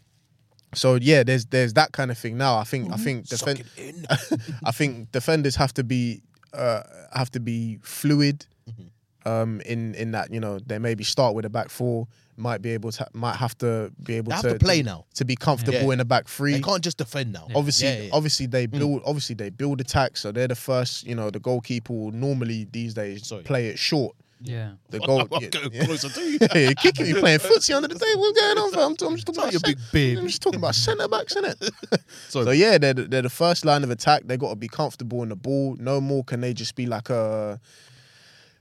S3: so yeah, there's there's that kind of thing now. I think I think
S1: Suck
S3: defen-
S1: it in.
S3: [laughs] I think defenders have to be uh, have to be fluid
S1: Mm-hmm.
S3: um, in in that you know they maybe start with a back four, might be able to might have to be able
S1: They have
S3: to
S1: to play now.
S3: to be comfortable
S1: Yeah.
S3: in a back
S1: They
S3: three.
S1: can't just defend now.
S3: Obviously,
S1: Yeah, Mm. yeah.
S3: obviously they build. Obviously they build attacks. So they're the first. You know, the goalkeeper will normally these days
S1: Sorry.
S3: play it short.
S4: Yeah.
S1: [laughs]
S3: The goal.
S1: I'm
S3: yeah,
S1: getting
S3: yeah.
S1: closer to you.
S3: [laughs] Hey, kicking me playing
S1: [laughs]
S3: footsie under the table. What's going on? fam? I'm, I'm just talking about
S1: your
S3: cent-
S1: big beard.
S3: I'm just talking about centre backs, innit?
S1: [laughs] So,
S3: So yeah, they're the, they're the first line of attack. They got to be comfortable in the ball. No more can they just be like a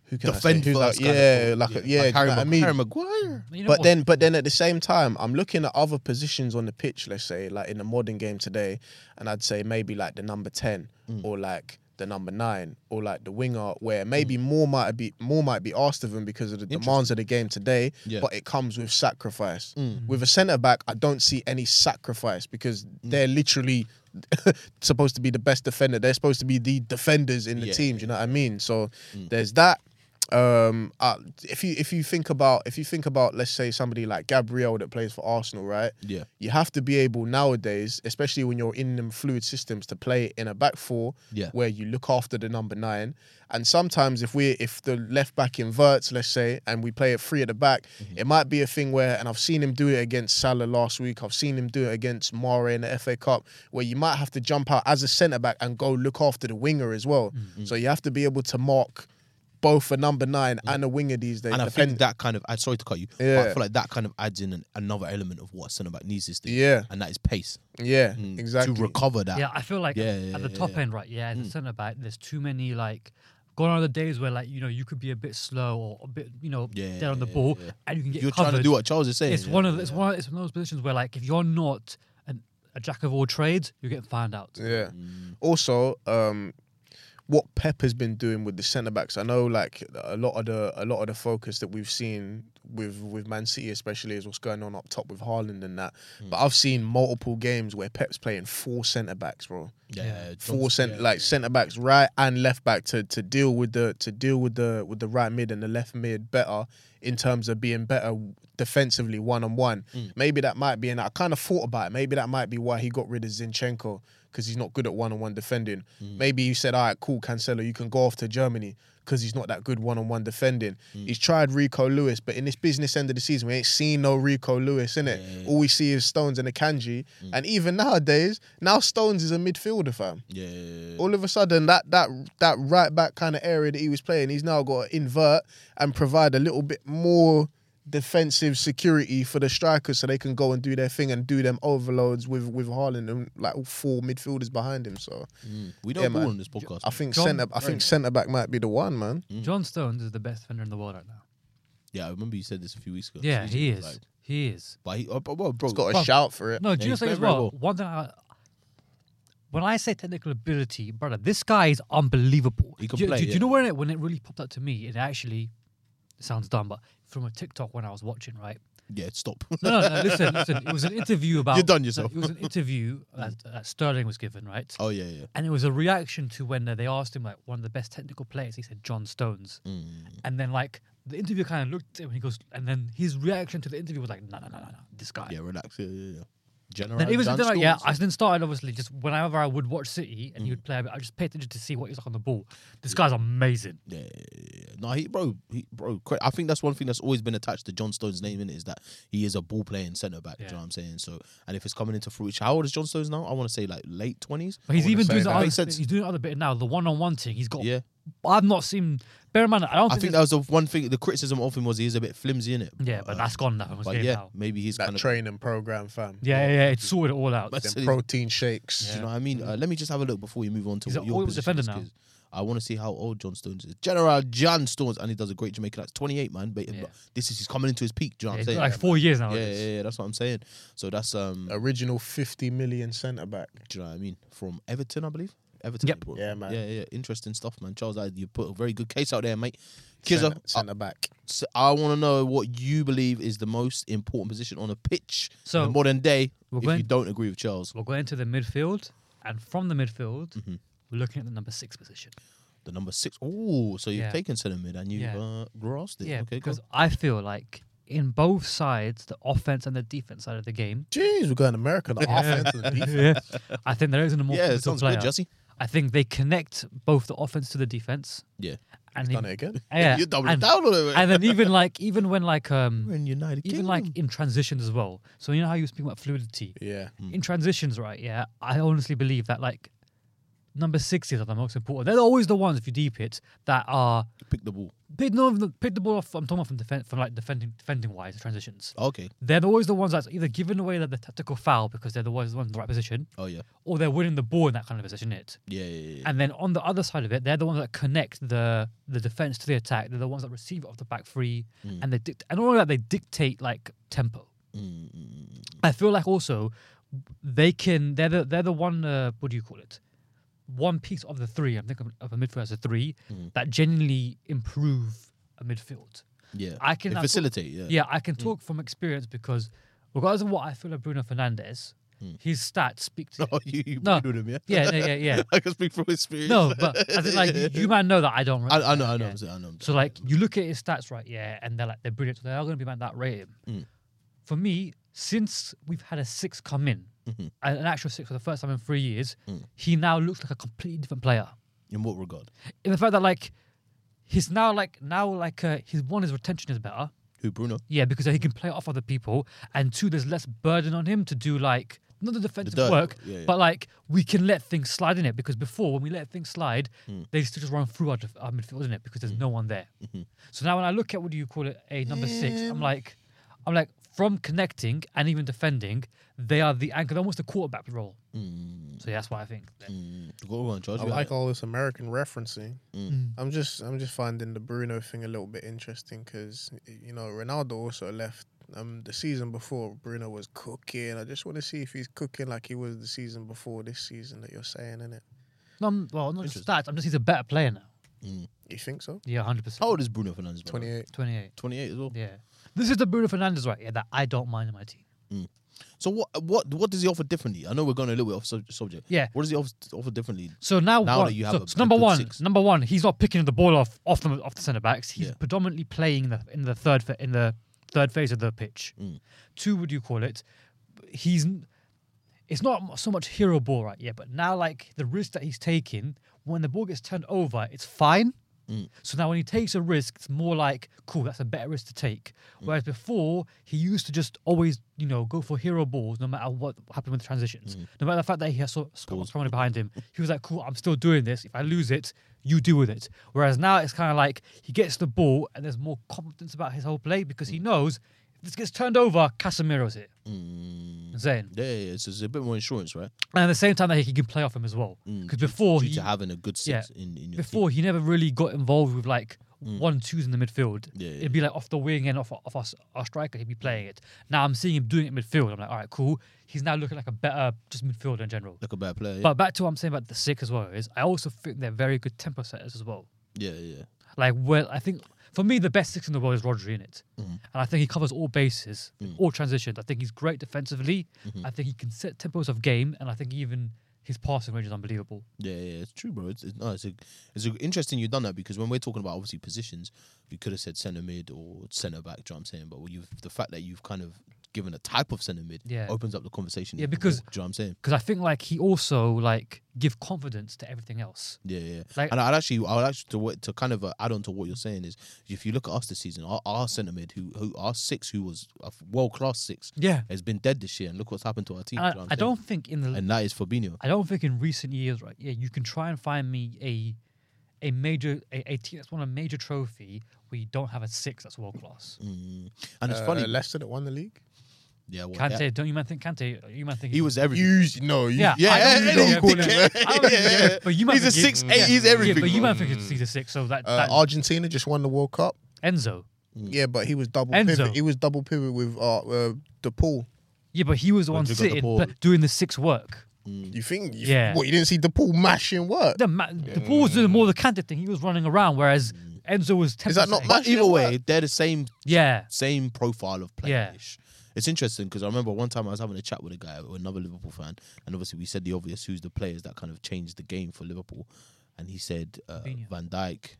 S3: who can I say?
S1: defend
S3: Who's
S1: first.
S3: like,
S1: kind
S3: yeah,
S1: of
S3: like
S1: thing.
S3: a, yeah,
S1: Like Harry,
S3: do you know what I
S1: Mag-
S3: mean?
S1: Harry Maguire.
S4: You know
S3: But
S4: what?
S3: then, but then at the same time, I'm looking at other positions on the pitch. Let's say, like in the modern game today, and I'd say maybe like the number ten or like the number nine or like the winger, where maybe more might be more might be asked of him because of the demands of the game today.
S1: Yeah.
S3: But it comes with sacrifice.
S1: Mm.
S3: With a centre back, I don't see any sacrifice because they're literally [laughs] supposed to be the best defender. They're supposed to be the defenders in the
S1: Yeah, Mm.
S3: team. Do you know what I mean? So there's that um uh, if you if you think about if you think about let's say somebody like Gabriel that plays for Arsenal right
S1: Yeah.
S3: you have to be able nowadays especially when you're in them fluid systems to play in a back four
S1: Yeah.
S3: where you look after the number 9 and sometimes if we if the left back inverts let's say and we play it free at the back
S1: Mm-hmm.
S3: it might be a thing where and I've seen him do it against Salah last week I've seen him do it against Mare in the FA Cup where you might have to
S1: Mm-hmm.
S3: jump out as a centre back and go look after the winger as well so you have to be able to mark both a number nine and a winger these days.
S1: And I
S3: depend-
S1: think that kind of, I'm sorry to cut you, but I
S3: Yeah.
S1: feel like that kind of adds in an, another element of what a centre back needs is to
S3: Yeah.
S1: and that is pace
S3: yeah,
S1: Mm.
S3: exactly.
S1: to recover that.
S4: Yeah, I feel like
S1: Yeah,
S4: at-
S1: yeah,
S4: at the
S1: yeah,
S4: top
S1: yeah. Hmm.
S4: end, right? Yeah, as a centre back, there's too many like gone are the days where like you know you could be a bit slow or a bit you know
S1: Yeah,
S4: dead on the
S1: yeah,
S4: ball
S1: yeah.
S4: and you can get
S1: You're
S4: covered.
S1: trying to do what Charles is saying.
S4: it's
S1: yeah,
S4: one of the- it's
S1: yeah.
S4: one of- it's one of those positions where like if you're not an, a jack of all trades, you're getting found out.
S3: Yeah. Also, um, what Pep has been doing with the centre backs, I know like a lot of the a lot of the focus that we've seen with with Man City, especially, is what's going on up top with Haaland and that. But I've seen multiple games where Pep's playing four centre backs, bro.
S1: Yeah, yeah,
S3: Four
S1: Johnson-
S3: cent like centre backs, right and left back to to deal with the to deal with the with the right mid and the left mid better in terms of being better defensively one on one. Maybe that might be, and I kind of thought about it. Maybe that might be why he got rid of Zinchenko because he's not good at one on one defending. Maybe he said, "All right, cool, Cancelo, you can go off to Germany." Because he's not that good one on one defending. He's tried Rico Lewis, but in this business end of the season, we ain't seen no Rico Lewis in it. All we see is Stones and a Kanji. And even nowadays, now Stones is a midfielder, fam
S1: Yeah, yeah, yeah, yeah.
S3: all of a sudden that that that right back kind of area that he was playing, he's now got to invert and provide a little bit more defensive security for the strikers so they can go and do their thing and do them overloads with with Haaland and like all four midfielders behind him. So
S1: Mm. We don't
S3: Yeah,
S1: ball
S3: man.
S1: on this podcast.
S3: I think
S4: John-
S3: centre I think centre back might be the one, man.
S1: Mm-hmm.
S4: John Stones is the best defender in the world right now.
S1: yeah, I remember you said this a few weeks ago.
S4: Yeah,
S1: Seriously,
S4: he is.
S1: like,
S4: he is.
S1: but he, oh, but, well, bro,
S3: He's got a
S4: Well,
S3: shout for it.
S4: No, do you
S1: he's
S4: know something
S1: playing
S4: as
S1: very
S4: well?
S1: well.
S4: One thing I, when I say technical ability, brother, this guy is unbelievable.
S1: He can
S4: do, you-
S1: play,
S4: do, do
S1: yeah.
S4: you know when it when it really popped up to me? It actually it sounds dumb, but from a TikTok when I was watching, right?
S1: Yeah, stop. [laughs]
S4: No, no, no listen, listen. It was an interview about.
S1: You've done yourself.
S4: It was an interview that, that Sterling was given, right?
S1: oh yeah, yeah.
S4: And it was a reaction to when uh, they asked him like one of the best technical players. He said John Stones,
S1: Mm.
S4: and then like the interview kind of looked at him and he goes, and then his reaction to the interview was like, no, no, no, no, no, this guy.
S1: Yeah, relax. Yeah, yeah, yeah. General.
S4: Then it was
S1: John
S4: like, yeah,
S1: Stones.
S4: I then started obviously just whenever I would watch City and he
S1: Mm.
S4: would play a bit, I just paid attention to see what he was like on the ball. This guy's amazing.
S1: Yeah, yeah, yeah, yeah. No, he, bro, he, bro. cre- I think that's one thing that's always been attached to John Stones' name, innit, is that he is a ball playing centre back. Do you
S4: Yeah.
S1: know what I'm saying? So, and if it's coming into fruition, how old is John Stones now? I want to say like late twenties.
S4: But he's
S3: wouldn't
S4: even
S3: say
S4: doing the
S3: that.
S4: other,
S1: Makes sense.
S4: he's doing the other bit now, the one on one thing. He's got
S1: Yeah,
S4: I've not seen bear in mind I don't
S1: I think
S4: think, this-
S1: that was the one thing. The criticism of him was he is a bit flimsy, innit?
S4: Yeah, but
S1: uh,
S4: that's gone now. It was
S1: But
S4: game
S1: yeah,
S4: now.
S1: maybe he's kind
S3: That
S1: of.
S3: training program, fam.
S4: Yeah, yeah, yeah. It sorted it all out.
S1: That's
S3: Them
S1: it.
S3: protein shakes.
S1: Do you know what I mean? Uh, let me just have a look before we move on to
S4: He's
S1: what
S4: an
S1: your
S4: old
S1: position
S4: defender
S1: is,
S4: now.
S1: 'cause I want to see how old John Stones is. General John Stones, and he does a great Jamaican. That's 28, man. But
S4: Yeah.
S1: but this is he's coming into his peak. Do you know
S4: Yeah,
S1: what
S4: it's
S1: I'm saying?
S4: like four years now.
S1: yeah,
S4: it is.
S1: yeah, yeah, that's what I'm saying. So that's um,
S3: Original fifty million centre back.
S1: do you know what I mean? From Everton, I believe. Everton.
S4: Yep.
S1: they brought-
S3: Yeah, man.
S1: Yeah, yeah, interesting stuff, man. Charles, I, you put a very good case out there, mate. Kizza,
S3: Centre
S4: Uh,
S3: centre back.
S1: I, want to know what you believe is the most important position on a pitch
S4: So,
S1: in the modern day.
S4: we're
S1: If you
S4: going-
S1: don't agree with Charles,
S4: We're going to the midfield, and from the midfield,
S1: Mm-hmm.
S4: we're looking at the number six position.
S1: the number six. Oh, so you've
S4: Yeah.
S1: taken centre mid and you've
S4: Yeah.
S1: uh, grasped it.
S4: Yeah,
S1: okay, cool.
S4: because I feel like in both sides, the offense and the defense side of the game,
S3: Jeez, we're going American.
S4: [laughs]
S3: The offense and the defense.
S4: yeah. I think there isn't a more
S1: Yeah, it
S4: physical
S1: sounds
S4: player.
S1: good, Jesse.
S4: I think they connect both the offense to the defense,
S1: Yeah.
S4: and
S3: Done
S4: even,
S3: it again.
S4: [laughs] yeah,
S1: You're doubling
S4: and,
S1: down on it, man.
S4: and then even like even when like um
S1: We're in United
S4: even
S1: Kingdom.
S4: like in transitions as well. So you know how you were speaking about fluidity
S3: Yeah.
S1: Mm.
S4: in transitions, right? Yeah, I honestly believe that like number sixes are the most important. They're always the ones if you deep it that are
S1: Pick the ball.
S4: pick no pick the ball off. I'm talking about from defense from like defending defending wise transitions.
S1: Okay.
S4: They're always the ones that's either giving away the, the tactical foul because they're the ones, the ones in the right position,
S1: Oh, yeah.
S4: or they're winning the ball in that kind of position. It.
S1: Yeah, yeah, yeah. yeah.
S4: And then on the other side of it, they're the ones that connect the the defense to the attack. They're the ones that receive it off the back three,
S1: Mm.
S4: and they dict- and all of that they dictate like tempo.
S1: Mm,
S4: I feel like also they can they're the they're the one uh, what do you call it? One piece of the three. I'm thinking of a midfield as a three
S1: Mm.
S4: that genuinely improve a midfield.
S1: yeah.
S4: I can
S1: They
S4: that's what-
S1: facilitate, Mm. yeah.
S4: yeah, I can talk from experience because regardless of what I feel of Bruno Fernandez,
S1: Mm.
S4: his stats
S1: [laughs]
S4: speak to
S1: [laughs] Oh, you, you
S4: No.
S1: played with him, yeah?
S4: yeah, no, yeah, yeah.
S1: [laughs] I can speak from experience.
S4: No, but I think like you, you might know that I don't.
S1: I,
S4: rate
S1: I know, I
S4: him,
S1: know,
S4: yeah.
S1: I'm saying, I know. I'm
S4: So like you look at his stats, right? Yeah, and they're like they're brilliant. So they are going to be man that rate him. For me, since we've had a six come in, an an actual six for the first time in three years, he now looks like a completely different player.
S1: saying. in what regard?
S4: In the fact that like he's now like now like uh, his one his retention is better.
S1: Who, Bruno?
S4: Yeah, because he can play off other people, and two, there's less burden on him to do like not the defensive
S1: dirt.
S4: work,
S1: Yeah, yeah.
S4: but like we can let things slide in it because before when we let things slide,
S1: Hmm.
S4: they used to just run through our, def- our midfield in it because there's no one there.
S1: Mm-hmm.
S4: So now when I look at what do you call it a number six, I'm like, I'm like from connecting and even defending, they are the anchor, they're almost the quarterback role.
S1: Mm.
S4: So yeah, that's why I think.
S1: Go on, George.
S3: Mm. I like all this American referencing.
S4: Mm.
S3: I'm just I'm just finding the Bruno thing a little bit interesting because you know Ronaldo also left um the season before Bruno was cooking. I just want to see if he's cooking like he was the season before this season that you're saying, innit?
S4: No, I'm- well, not just that. I'm just he's a better player now.
S3: You think so?
S4: Yeah, hundred percent.
S1: How old is Bruno Fernandes?
S3: Twenty eight.
S4: 28.
S1: 28 as well.
S4: Yeah, this is the Bruno Fernandez right here that I don't mind in my team.
S1: So what what what does he offer differently? I know we're going a little bit off sub- subject.
S4: Yeah.
S1: What does he offer, offer differently?
S4: So now,
S1: Now
S4: what-
S1: that you have
S4: so,
S1: a-
S4: so
S1: a
S4: number
S1: good
S4: one,
S1: six.
S4: number one, he's not picking the ball off off the off the centre backs. He's
S1: Yeah.
S4: predominantly playing in the in the third fa- in the third phase of the pitch.
S1: Mm.
S4: Two, would you call it? He's n- it's not so much hero ball right yeah, but now like the risk that he's taking when the ball gets turned over, it's fine. So now when he takes a risk, it's more like cool. That's a better risk to take. Whereas before, he used to just always you know go for hero balls no matter what happened with the transitions, no matter the fact that he has so, someone behind him. He was like, cool. I'm still doing this. If I lose it, you deal with it. Whereas now it's kind of like he gets the ball and there's more confidence about his whole play because he knows if this gets turned over, Casemiro's here. Zane.
S1: Yeah, yeah, yeah. So it's a bit more insurance, right?
S4: And at the same time that he can play off him as well. Because before
S1: Mm, Due
S4: he,
S1: to having a good
S4: yeah,
S1: six in, in your
S4: before he never really got involved with like one twos in the
S1: Mm.
S4: midfield.
S1: Yeah, Mm. yeah.
S4: It'd be like off the wing and off, off our, s- our striker, he'd be playing it. Now I'm seeing him doing it midfield. I'm like, all right, cool. He's now looking like a better just midfielder in general.
S1: like a bad player. Yeah,
S4: But back to what I'm saying about the sick as well is I also think they're very good tempo setters as well.
S1: yeah, yeah.
S4: Like, well, I think for me the best six in the world is Rodri in it,
S1: Mm-hmm.
S4: and I think he covers all bases,
S1: Mm.
S4: all transitions. I think he's great defensively.
S1: Mm-hmm.
S4: I think he can set tempos of game, and I think even his passing range is unbelievable.
S1: Yeah, yeah, it's true, bro. It's, it's, no, it's, a, it's a, interesting you've done that because when we're talking about obviously positions, we could have said centre mid or centre back. Do you know what I'm saying? But you've the fact that you've kind of given a type of centre mid
S4: Yeah.
S1: opens up the conversation.
S4: Yeah,
S1: even
S4: because-
S1: more, do you know what I'm saying?
S4: Because I think like he also like give confidence to everything else.
S1: Yeah, yeah.
S4: Like-
S1: and I'd actually, I'd actually to what to kind of uh, add on to what you're saying is, if you look at us this season, our, our centre mid, who who our six, who was a world class six,
S4: Yeah.
S1: has been dead this year, and look what's happened to our team.
S4: And
S1: do
S4: I,
S1: you know what
S4: I
S1: I'm
S4: don't think in the
S1: saying? And that is Fabinho.
S4: I don't think in recent years, right? Yeah, you can try and find me a a major a, a team that's won a major trophy where you don't have a six that's world class.
S1: Mm, And it's
S3: Uh,
S1: funny.
S3: Leicester that won the league.
S1: yeah, well,
S4: Kante,
S1: yeah,
S4: don't you man think Kante? You man think
S1: he
S4: he's-
S1: was everything.
S3: [laughs] You no, you,
S4: Yeah,
S1: Yeah,
S4: I don't
S1: yeah,
S4: think
S1: yeah,
S4: he's
S1: yeah,
S4: a
S1: yeah,
S4: dickhead. [laughs] I don't think he's a
S1: yeah.
S4: dickhead, But you might
S1: He's a
S4: think he is.
S1: six eight. He's
S4: Yeah,
S1: everything. Mm.
S4: but you might think it's he's a six. So that,
S3: Uh,
S4: that
S3: Argentina just won the World Cup.
S4: Enzo.
S3: Yeah, but he was double
S4: Mm. Enzo.
S3: pivot. He was double pivot with uh, uh DePaul.
S4: Yeah, but he was the one
S1: you got the
S4: sitting
S1: ball.
S4: pl- doing the six work.
S3: You think? You,
S4: Yeah.
S3: What you didn't see DePaul mashing work?
S4: The, ma- the ball was doing more the Kante thing. He was running around, whereas Enzo was.
S3: Mm. Is that not
S4: 10%.
S3: much?
S1: Either way, they're the same
S4: Yeah,
S1: same profile of
S4: Yeah.
S1: player. It's interesting because I remember one time I was having a chat with a guy, another Liverpool fan, and obviously we said the obvious: who's the players that kind of changed the game for Liverpool? And he said uh,
S4: Fabinho.
S1: Van Dijk,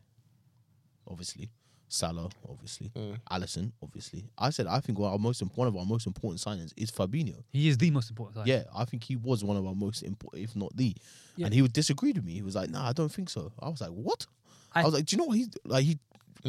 S1: obviously, Salah, obviously, Allison, obviously. I said I think our most imp- one of our most important signings is Fabinho.
S4: he is the most important. Guy.
S1: Yeah, I think he was one of our most important, if not the.
S4: Yeah.
S1: And he would disagree with me. He was like, "Nah, I don't think so." I was like, "What?" I,
S4: I-
S1: was like, "Do you know what he like? He,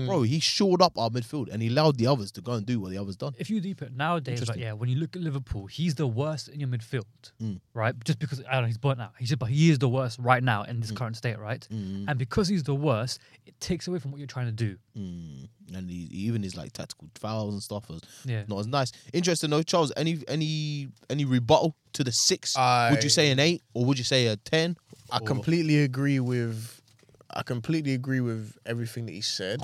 S1: bro, he shored up our midfield and he allowed the others to go and do what the others done."
S4: If you deep it nowadays, like,
S1: Interesting.
S4: yeah, when you look at Liverpool, he's the worst in your midfield,
S3: Mm.
S4: right? Just because I don't know, he's burnt out. He said, but he is the worst right now in
S3: Mm.
S4: this current state, right? And because he's the worst, it takes away from what you're trying to do.
S1: Mm. And he, even his like tactical fouls and stuff was
S4: Yeah.
S1: not as nice. Interesting though, Charles. Any any any rebuttal to the six? would you say an eight or would you say a ten?
S3: I completely agree with I completely agree with everything that he said.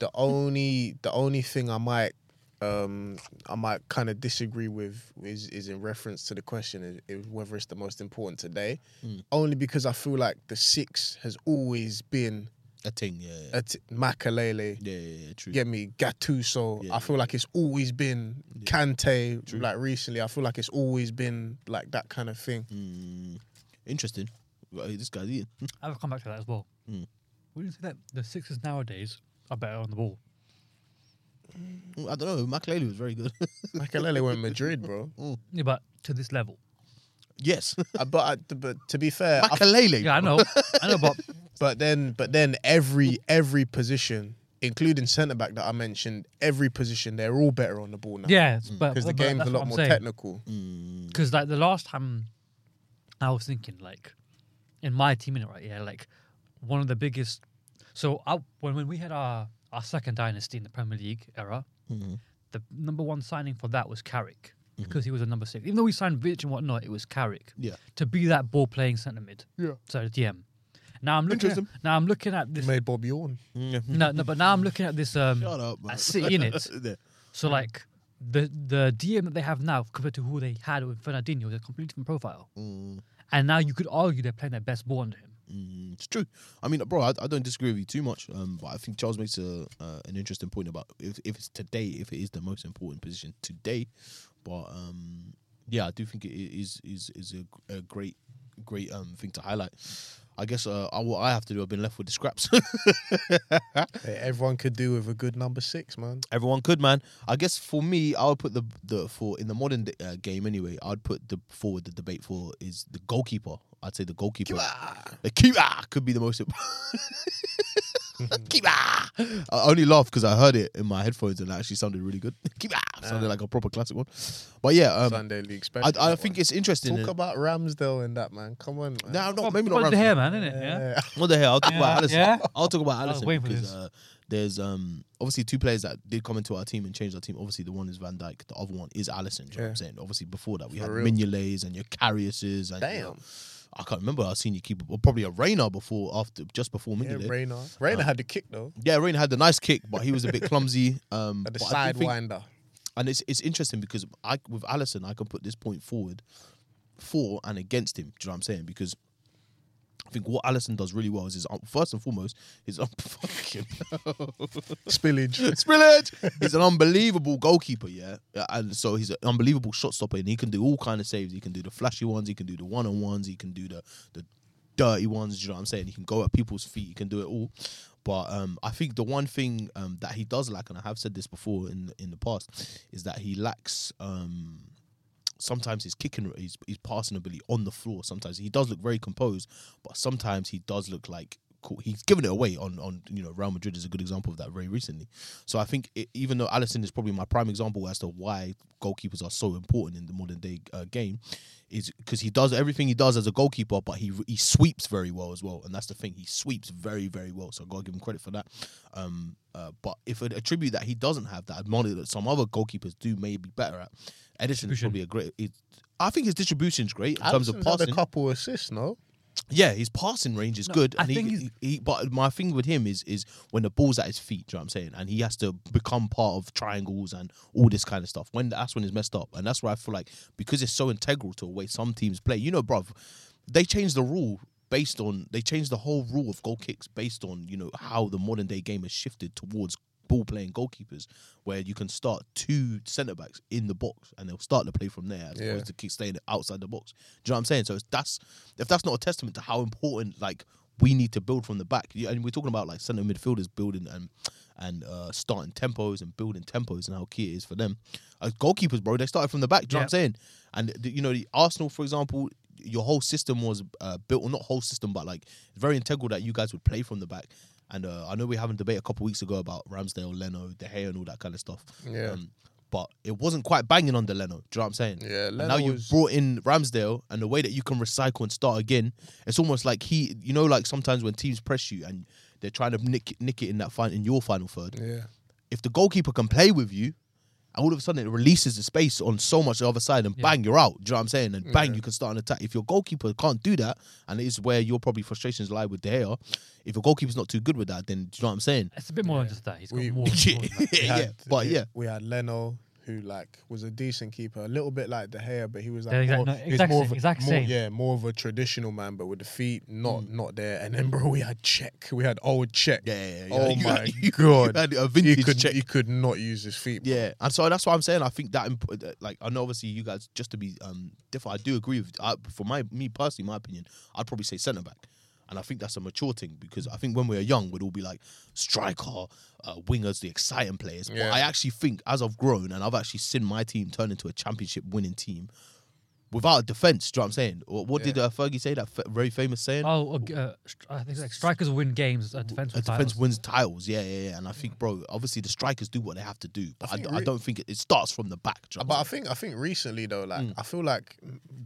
S3: The only the only thing I might um I might kind of disagree with is is in reference to the question is, is whether it's the most important today.
S1: Hmm.
S3: Only because I feel like the six has always been
S1: A ting, yeah, yeah,
S3: at Makalele.
S1: yeah, yeah, yeah, true.
S3: Get me Gattuso.
S1: Yeah.
S3: I feel like it's always been Kante. Like recently, I feel like it's always been like that kind of thing.
S1: Mm. Interesting. Well, hey, This guy's eating. [laughs]
S4: I'll come back to that as well.
S3: Mm.
S4: Wouldn't you say that the sixes nowadays are better on the ball?
S1: I don't know. McLeod was very good. [laughs]
S3: Makalele went Madrid, bro.
S4: Yeah, but to this level.
S1: yes,
S3: Uh, but I, th- but to be fair, I,
S1: Makalele.
S4: [laughs] Yeah,
S3: [laughs]
S4: I know. I know, but
S3: but then but then every every position, including centre back that I mentioned, every position they're all better on the ball now.
S4: yeah, it's- but
S3: because Mm. the
S4: but
S3: game's
S4: that's
S3: a
S4: what
S3: lot
S4: I'm
S3: more
S1: Mm.
S4: saying.
S3: technical.
S4: Because like the last time, I was thinking like, in my team in it right, yeah, like one of the biggest. So I, when when we had our our second dynasty in the Premier League era,
S1: Mm-hmm.
S4: the number one signing for that was Carrick because he was a number six. Even though we signed Vich and whatnot, it was Carrick.
S1: Yeah.
S4: To be that ball playing centre mid.
S3: Yeah.
S4: So the DM. Now I'm looking. At,
S1: Interesting.
S4: now I'm looking
S1: [laughs]
S4: at this.
S3: Made Bob yawn.
S4: No, no, but now I'm looking at this. Um,
S1: Shut up, man.
S4: at City
S1: [laughs]
S4: in it.
S1: Yeah.
S4: So like the the DM that they have now compared to who they had with Fernandinho is a completely different profile. And now you could argue they're playing their best ball under him.
S1: Mm, It's true. I mean, bro, I, I don't disagree with you too much, um, but I think Charles makes a uh, an interesting point about if, if it's today, if it is the most important position today. But um, yeah, I do think it i- is is is a, a great great um thing to highlight. I guess uh, I, what I have to do, I've been left with the scraps. [laughs]
S3: Hey, everyone could do with a good number six, man.
S1: Everyone could, man. I guess for me, I would put the the for in the modern uh, game anyway. I'd put the forward the debate for is the goalkeeper. I'd say the goalkeeper. The keeper could be the [laughs] most. imp- keeper. I only laugh because I heard it in my headphones and it actually sounded really good. [laughs] Keeper
S3: Ah.
S1: sounded like a proper classic one. But yeah, um,
S3: Sunday League special.
S1: I, I
S3: that
S1: think
S3: one.
S1: it's interesting.
S3: Talk about Ramsdale and that, man. Come on, man.
S1: no, I'm
S4: Well,
S1: not. Maybe
S4: but
S1: not.
S4: the
S1: Ramsey.
S4: hair, man, isn't it? Yeah.
S3: Yeah.
S1: What the hell? I'll talk about
S4: Yeah,
S1: Allison.
S4: yeah.
S1: I'll talk about Allison
S4: waiting for
S1: because
S4: this.
S1: uh, there's um obviously two players that did come into our team and change our team. Obviously, the one is Van Dyke, the other one is Allison. Do you know what I'm
S3: Yeah.
S1: saying? Obviously, before that we
S3: For
S1: had
S3: real.
S1: Mignolet's and your Carriuses and you know,
S3: Damn.
S1: I can't remember our senior keeper, or probably a Reina before after just before
S3: Yeah,
S1: Mignolet. Yeah, Reina,
S3: Reina. Reina had the kick though.
S1: had the nice kick, but he was a bit clumsy. Um,
S3: Had the
S1: but I do
S3: sidewinder. [laughs]
S1: think- and it's it's interesting because I with Allison I can put this point forward for and against him. Do you know what I'm saying? Because I think what Allison does really well is his un- first and foremost [laughs] his un- fucking
S3: Spillage.
S1: [laughs] spillage. He's an unbelievable goalkeeper, yeah, Yeah, and so he's an unbelievable shot stopper, and he can do all kind of saves. He can do the flashy ones, he can do the one on ones, he can do the the dirty ones. do You know what I'm saying? He can go at people's feet. He can do it all. But um, I think the one thing um, that he does lack, and I have said this before in in the past, is that he lacks. Um, sometimes his kicking, his, his passing ability on the floor. Sometimes he does look very composed, but sometimes he does look like cool. he's given it away on on you know Real Madrid is a good example of that very recently. So I think it, even though Allison is probably my prime example as to why goalkeepers are so important in the modern day uh, game, is because he does everything he does as a goalkeeper, but he he sweeps very well as well, and that's the thing. He sweeps very very well, so I gotta give him credit for that. Um, uh, but if an attribute that he doesn't have that admonitor that some other goalkeepers do may be better at, Edison is probably a great. It, I think his distribution's great in terms of
S3: Alisson's had
S1: passing.
S3: a couple assists, no?
S1: Yeah, his passing range is good,
S4: I
S1: and he,
S4: think
S1: he,
S4: he's-
S1: he. But my thing with him is is when the ball's at his feet. Do you know what I'm saying? And he has to become part of triangles and all this kind of stuff. When that's when it's messed up, and that's where I feel like because it's so integral to the way some teams play. You know, bruv, they changed the rule based on they changed the whole rule of goal kicks based on you know how the modern day game has shifted towards ball playing goalkeepers where you can start two centre backs in the box and they'll start the play from there as
S3: Yeah.
S1: opposed to keep staying outside the box. Do you know what I'm saying? So it's, that's if that's not a testament to how important like we need to build from the back. You- And we're talking about like centre midfielders building and and uh, starting tempos and building tempos and how key it is for them. As goalkeepers, bro, they started from the back. Do you know what I'm saying? And the, you know, the Arsenal, for example, your whole system was uh, built, or not whole system, but like it's very integral that you guys would play from the back. And uh, I know we had a debate a couple weeks ago about Ramsdale, Leno, De Gea, and all that kind of stuff. Um,
S3: Yeah.
S1: but it wasn't quite banging on the Leno. Do you know what I'm saying?
S3: Yeah,
S1: And
S3: Leno
S1: now you've
S3: was-
S1: brought in Ramsdale, and the way that you can recycle and start again, it's almost like he, you know, like sometimes when teams press you and they're trying to nick nick it in that final in your final third.
S3: Yeah.
S1: If the goalkeeper can play with you, and all of a sudden it releases the space on so much the other side, and bang, you're out. Do you know what I'm saying? And bang, you can start an attack. If your goalkeeper can't do that, and it is where your probably frustrations lie with De Gea, if your goalkeeper's not too good with that, then do you know what I'm saying?
S4: It's a bit more than just that. He's got
S3: We-
S4: more. than
S1: [laughs] yeah,
S4: more than that.
S3: We
S1: yeah,
S3: had-
S1: but
S3: we-
S1: yeah.
S3: we had Leno, who like was a decent keeper, a little bit like De Gea, but he was like
S4: Yeah, exact-
S3: more,
S4: no,
S3: he was
S4: exact
S3: more
S4: same-
S3: of a,
S4: exact
S3: more-
S4: same.
S3: yeah, more of a traditional man, but with the feet not not there. And then [laughs] bro, we had check, we had old check.
S1: Mm. Yeah, yeah, yeah, yeah.
S3: Oh
S1: You
S3: my
S1: had- [laughs] you
S3: god,
S1: had a vintage
S3: he could,
S1: Cech.
S3: He could not use his feet. bro.
S1: Yeah, and so that's what I'm saying. I think that imp- that, like I know obviously you guys just to be um different. I do agree with I, for my me personally, my opinion. I'd probably say centre back, and I think that's a mature thing because I think when we were young, we'd all be like striker, uh, wingers, the exciting players. But
S3: Yeah.
S1: I actually think as I've grown and I've actually seen my team turn into a championship winning team. without a defense. Do you know what I'm saying? What, what did uh, Fergie say? That fa- very famous saying.
S4: Oh, uh, stri- I think it's like strikers win games. Uh, defense.
S1: a defense wins titles, yeah, yeah, yeah. And I think, bro, obviously the strikers do what they have to do, but I,
S3: think
S1: I
S3: re-
S1: don't think it, it starts from the back. do you know
S3: But I
S1: what
S3: think I think recently though, like
S1: Mm.
S3: I feel like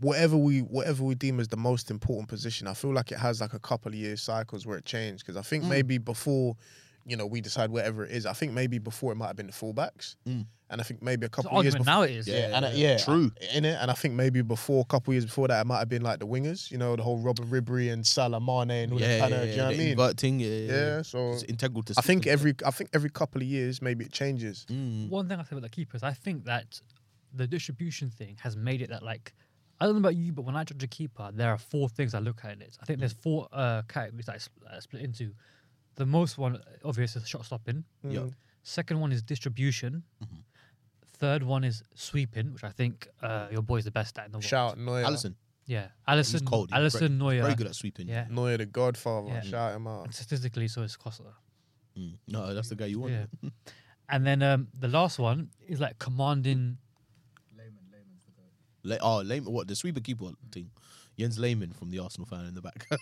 S3: whatever we whatever we deem as the most important position, I feel like it has like a couple of years cycles where it changed. Because I think
S1: Mm.
S3: maybe before, you know, we decide whatever it is, I think maybe before it might have been the fullbacks,
S1: Mm.
S3: and I think maybe a couple of years
S4: argument
S3: before.
S4: now it is.
S3: yeah, and I- yeah,
S1: True.
S3: In it, and I think maybe before a couple of years before that, it might have been like the wingers, you know, the whole Robert Ribery and Salah Mane and all
S1: I'm saying?
S3: that kind of. do you know what I
S1: the
S3: mean?
S1: invert thing, yeah, yeah, yeah.
S3: Yeah, so-
S1: it's integral to.
S3: I think
S1: system.
S3: every I think every couple of years maybe it changes.
S1: Mm.
S4: One thing I say about the keepers, I think that the distribution thing has made it that like I don't know about you, but when I judge a keeper, there are four things I look at in it. I think there's four uh, categories that I spl- I split into. The most one obvious is shot stopping.
S1: yeah,
S4: Second one is distribution.
S1: Mm-hmm.
S4: Third one is sweeping, which I think uh, your boy's the best at in the world.
S3: Shout out Neuer,
S1: Allison,
S4: Yeah, Allison.
S1: he's cold. He's
S4: Allison
S1: very,
S4: Neuer.
S1: very good at sweeping.
S4: Yeah.
S3: Neuer the Godfather.
S4: Yeah.
S3: Shout him out.
S4: And statistically, so is Costa.
S1: Mm. No, that's the guy you want.
S4: Yeah.
S1: [laughs]
S4: and then um, the last one is like commanding.
S1: Le- oh, Lehman, what the sweeper keeper thing? Jens Lehmann from the Arsenal fan in the back. [laughs]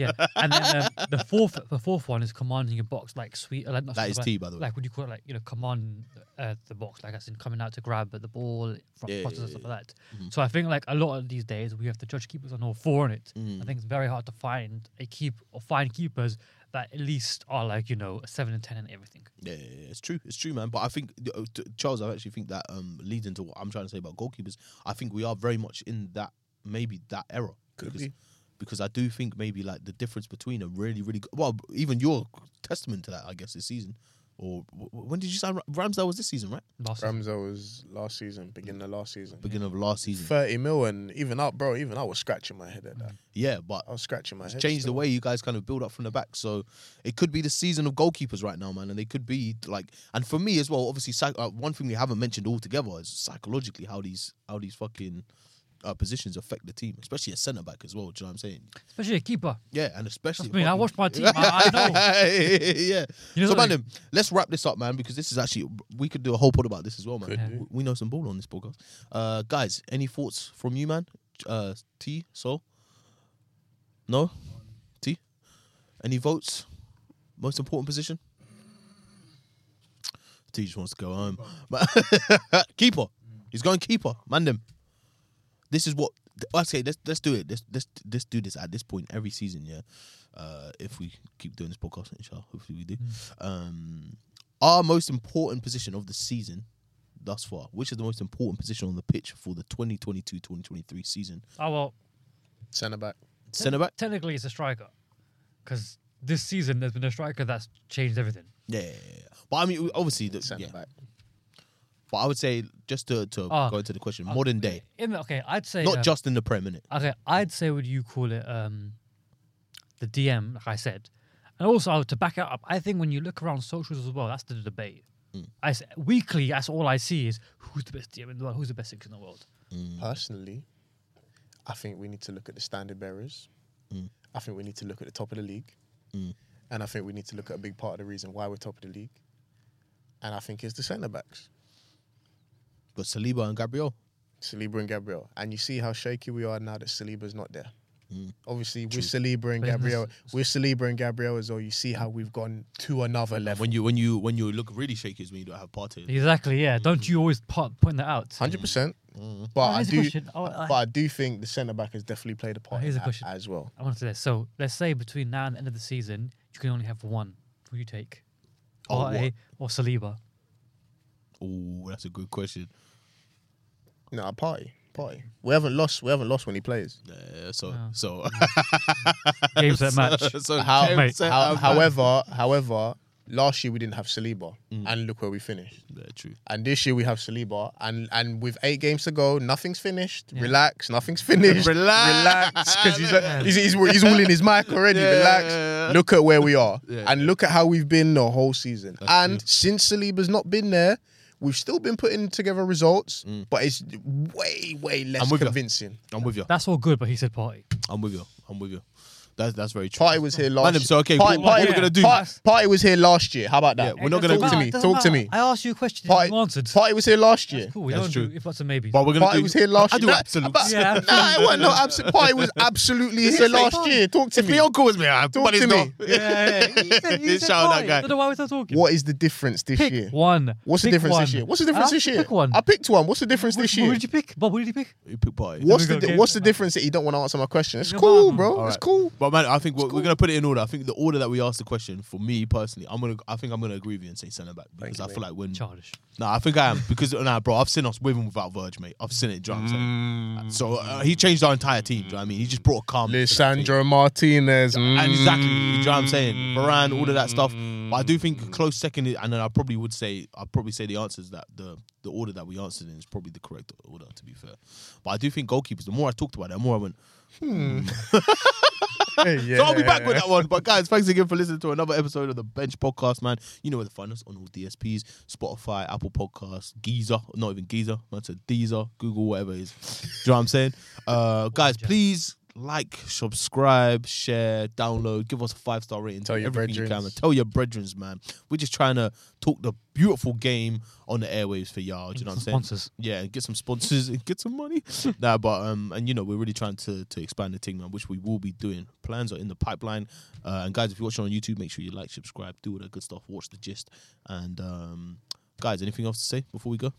S4: Yeah. And then um, the fourth, the fourth one is commanding a box like sweet. Like, not
S1: That
S4: sweet,
S1: is
S4: but
S1: tea, by the way.
S4: Like, what do you call it? Like, you know, command uh, the box, like I said, coming out to grab at the ball from
S1: Yeah,
S4: crosses and
S1: yeah,
S4: stuff like that. So I think like a lot of these days we have to judge keepers on all four in it.
S1: Mm.
S4: I think it's very hard to find a keep or find keepers that at least are like you know a seven and ten and everything.
S1: Yeah, yeah, yeah, it's true. It's true, man. But I think uh, t- Charles, I actually think that um leads into what I'm trying to say about goalkeepers. I think we are very much in that maybe that era.
S3: Could
S1: because,
S3: be.
S1: because I do think maybe like the difference between a really, really good, well, even your testament to that, I guess, this season. Or w- w- when did you sign Ra- Ramsdale? Was this season, right?
S4: Last
S3: Ramsdale was last season, beginning of last season.
S1: Beginning of last season.
S3: 30 mil and even up, bro, even I was scratching my head at that.
S1: Yeah, but
S3: I was scratching my head.
S1: Mm. changed the
S3: still.
S1: way you guys kind of build up from the back. So it could be the season of goalkeepers right now, man. And they could be like, and for me as well. Obviously, psych- uh, one thing we haven't mentioned altogether is psychologically how these how these fucking uh, positions affect the team, especially a centre back as well. Do you know what I'm saying?
S4: especially a keeper.
S1: Yeah, and especially.
S4: I mean, I
S1: fucking- [laughs]
S4: watched my team. I, I know.
S1: yeah.
S4: You know
S1: so,
S4: what
S1: man, um, let's wrap this up, man, because this is actually we could do a whole pod about this as well, man.
S3: Could
S1: W- We know some ball on this podcast. Uh, guys, any thoughts from you, man? Uh, T, so no, T, any votes? Most important position? T just wants to go home. [laughs] But- keeper, he's going keeper, man. Them. This is what I say. Let's let's do it. Let's let's let's do this at this point every season. Yeah, uh, if we keep doing this podcast, inshallah, hopefully we do.
S4: Mm.
S1: Um, our most important position of the season thus far, which is the most important position on the pitch for the 2022-2023 season?
S4: Oh well,
S3: Centre back.
S1: Centre back.
S4: technically it's a striker, because this season there's been a striker that's changed everything.
S1: Yeah, yeah, yeah, yeah. But I mean, obviously, the,
S3: Centre
S1: yeah.
S3: back.
S1: But I would say just to to
S4: Ah.
S1: go into the question, modern day,
S4: In the, okay, I'd say
S1: not
S4: um,
S1: just in the Prem, innit?
S4: okay. I'd say would you call it um, the DM, like I said, and also oh, to back it up, I think when you look around socials as well, that's the debate.
S3: Mm.
S4: I s- weekly, that's all I see is who's the best DM in the world, who's the best six in the world.
S1: Mm.
S3: Personally, I think we need to look at the standard bearers.
S1: Mm.
S3: I think we need to look at the top of the league. And I think we need to look at a big part of the reason why we're top of the league. And I think it's the centre backs,
S1: But Saliba and Gabriel.
S3: Saliba and Gabriel. And you see how shaky we are now that Saliba's not there.
S1: Mm.
S3: Obviously, with Saliba and
S4: But isn't this-
S3: Gabriel, with Saliba and Gabriel as well, you see how we've gone to another level.
S1: When you when you when you look really shaky is when you don't have Partey.
S3: Mm.
S4: Exactly, yeah. Don't you always po- point that out?
S3: Hundred percent. But
S4: Oh,
S3: I
S4: here's a
S3: do,
S4: question. Oh, I-
S3: but I do think the centre back has definitely played a part
S4: here's
S3: in
S4: a
S3: that
S4: question.
S3: as well.
S4: I want to say this. So let's say between now and the end of the season, you can only have one. Who you take?
S1: Oh,
S4: Partey or Saliba?
S1: Oh, that's a good question.
S3: No, a party, party. We haven't lost. We haven't lost when he plays.
S1: Uh, so
S4: Ah.
S1: so
S4: Games that match.
S3: [laughs]
S1: [laughs] so
S3: How,
S4: Mate.
S1: Uh,
S3: how, however, however, last year we didn't have Saliba, and look where we finished.
S1: Yeah, true.
S3: And this year we have Saliba, and and with eight games to go, nothing's finished. Relax, nothing's finished.
S1: Relax.
S3: relax, because he's, like, he's, he's he's all in his mic already. Relax. Look at where we are, and look at how we've been the whole season. and since Saliba's not been there, we've still been putting together results,
S1: Mm.
S3: but it's way way less
S1: I'm with you.
S3: convincing.
S1: I'm with you.
S4: That's all good, but he said party.
S1: I'm with you. I'm with you. That's that's very true.
S3: Party was here last.
S1: Man, so okay.
S3: Party,
S1: what, what
S3: party-
S1: are we gonna do?
S3: Party, Party was here last year. How about
S1: Yeah,
S3: that?
S1: we're not gonna-
S3: talk to me. Talk to me.
S4: I asked you a question.
S3: Party,
S4: you answered.
S3: party was here last year.
S4: Cool. We
S1: That's
S4: don't
S1: true.
S4: do if that's a maybe.
S1: But we're gonna
S3: Party
S1: do.
S3: was here last
S1: I do
S3: year.
S1: absolutes.
S3: But-
S4: Yeah.
S3: Nah, it wasn't no absolute. Party was absolutely here last year. Talk to
S1: If
S3: me.
S1: Leon calls me, I
S3: Talk
S1: but it's
S3: to
S1: not.
S3: me.
S4: yeah, yeah, you said- you
S1: This
S4: said
S1: shout out
S4: party.
S1: guy.
S4: I don't know why we're still talking.
S3: What is the difference this
S4: Pick
S3: year?
S4: one.
S3: What's
S4: Pick
S3: the difference this
S4: one.
S3: year? What's the difference
S4: Huh?
S3: this year?
S4: Pick one.
S3: I picked one. What's the difference this
S4: What
S3: year?
S4: did you pick? Bob, what did you pick?
S1: You pick party.
S3: What's the
S4: Here we go
S3: di-
S4: again.
S3: what's the difference that you don't want to answer my question? It's
S4: Yeah,
S3: cool,
S4: but-
S3: bro.
S1: All
S3: It's
S1: right.
S3: cool.
S1: But man, I think we're, we're gonna put it in order. I think the order that we asked the question for me personally, I'm gonna I think I'm gonna agree with you and say centre back because I feel like when
S4: Childish.
S1: No, I think I am because [laughs] nah, bro, I've seen us with and without Verge, mate. I've seen it. Do you know what I'm
S3: Mm.
S1: saying? So uh, he changed our entire team. Do you know what I mean? He just brought a calm. to that team.
S3: Lissandro Martinez.
S1: And exactly, you know what I'm saying?
S3: Mm.
S1: Varane, all of that stuff. But I do think a close second, is- and then I probably would say, I'd probably say the answers that the the order that we answered in is probably the correct order, to be fair. But I do think goalkeepers, the more I talked about it, the more I went,
S3: yeah.
S1: So I'll be back with that one. But guys, thanks again for listening to another episode of the Bench Podcast, man. You know where to find us on all DSPs, Spotify, Apple Podcasts, Geezer, not even Geezer, that's a Deezer, Google, whatever it is. Do you know what I'm saying? Uh, guys, please like, subscribe, share, download, give us a five star rating.
S3: Tell
S1: do
S3: your
S1: everything you can.
S3: brethrens.
S1: man. Tell your brethrens, man. We're just trying to talk the beautiful game on the airwaves for y'all. Do you know what I'm saying?
S4: Sponsors.
S1: yeah, get some sponsors and get some money. nah, but um, and you know we're really trying to to expand the thing, man, which we will be doing. Plans are in the pipeline. Uh, and guys, if you're watching on YouTube, make sure you like, subscribe, do all that good stuff. Watch the gist. And um, guys, anything else to say before we go?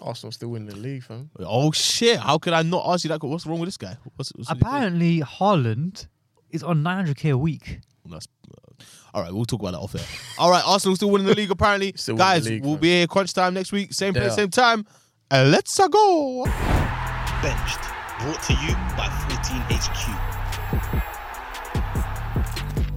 S3: Arsenal still winning the league, fam.
S1: Oh shit! How could I not ask you that? What's wrong with this guy? What's, what's
S4: Apparently, Haaland is on 900k a week.
S1: That's, uh, all right, we'll talk about that off air. [laughs] all right, Arsenal still winning the league apparently.
S3: Still winning
S1: guys,
S3: the league,
S1: we'll
S3: man.
S1: be here crunch time next week, same place,
S3: Yeah.
S1: same time. And let's a go.
S2: Benched. Brought to you by 14HQ.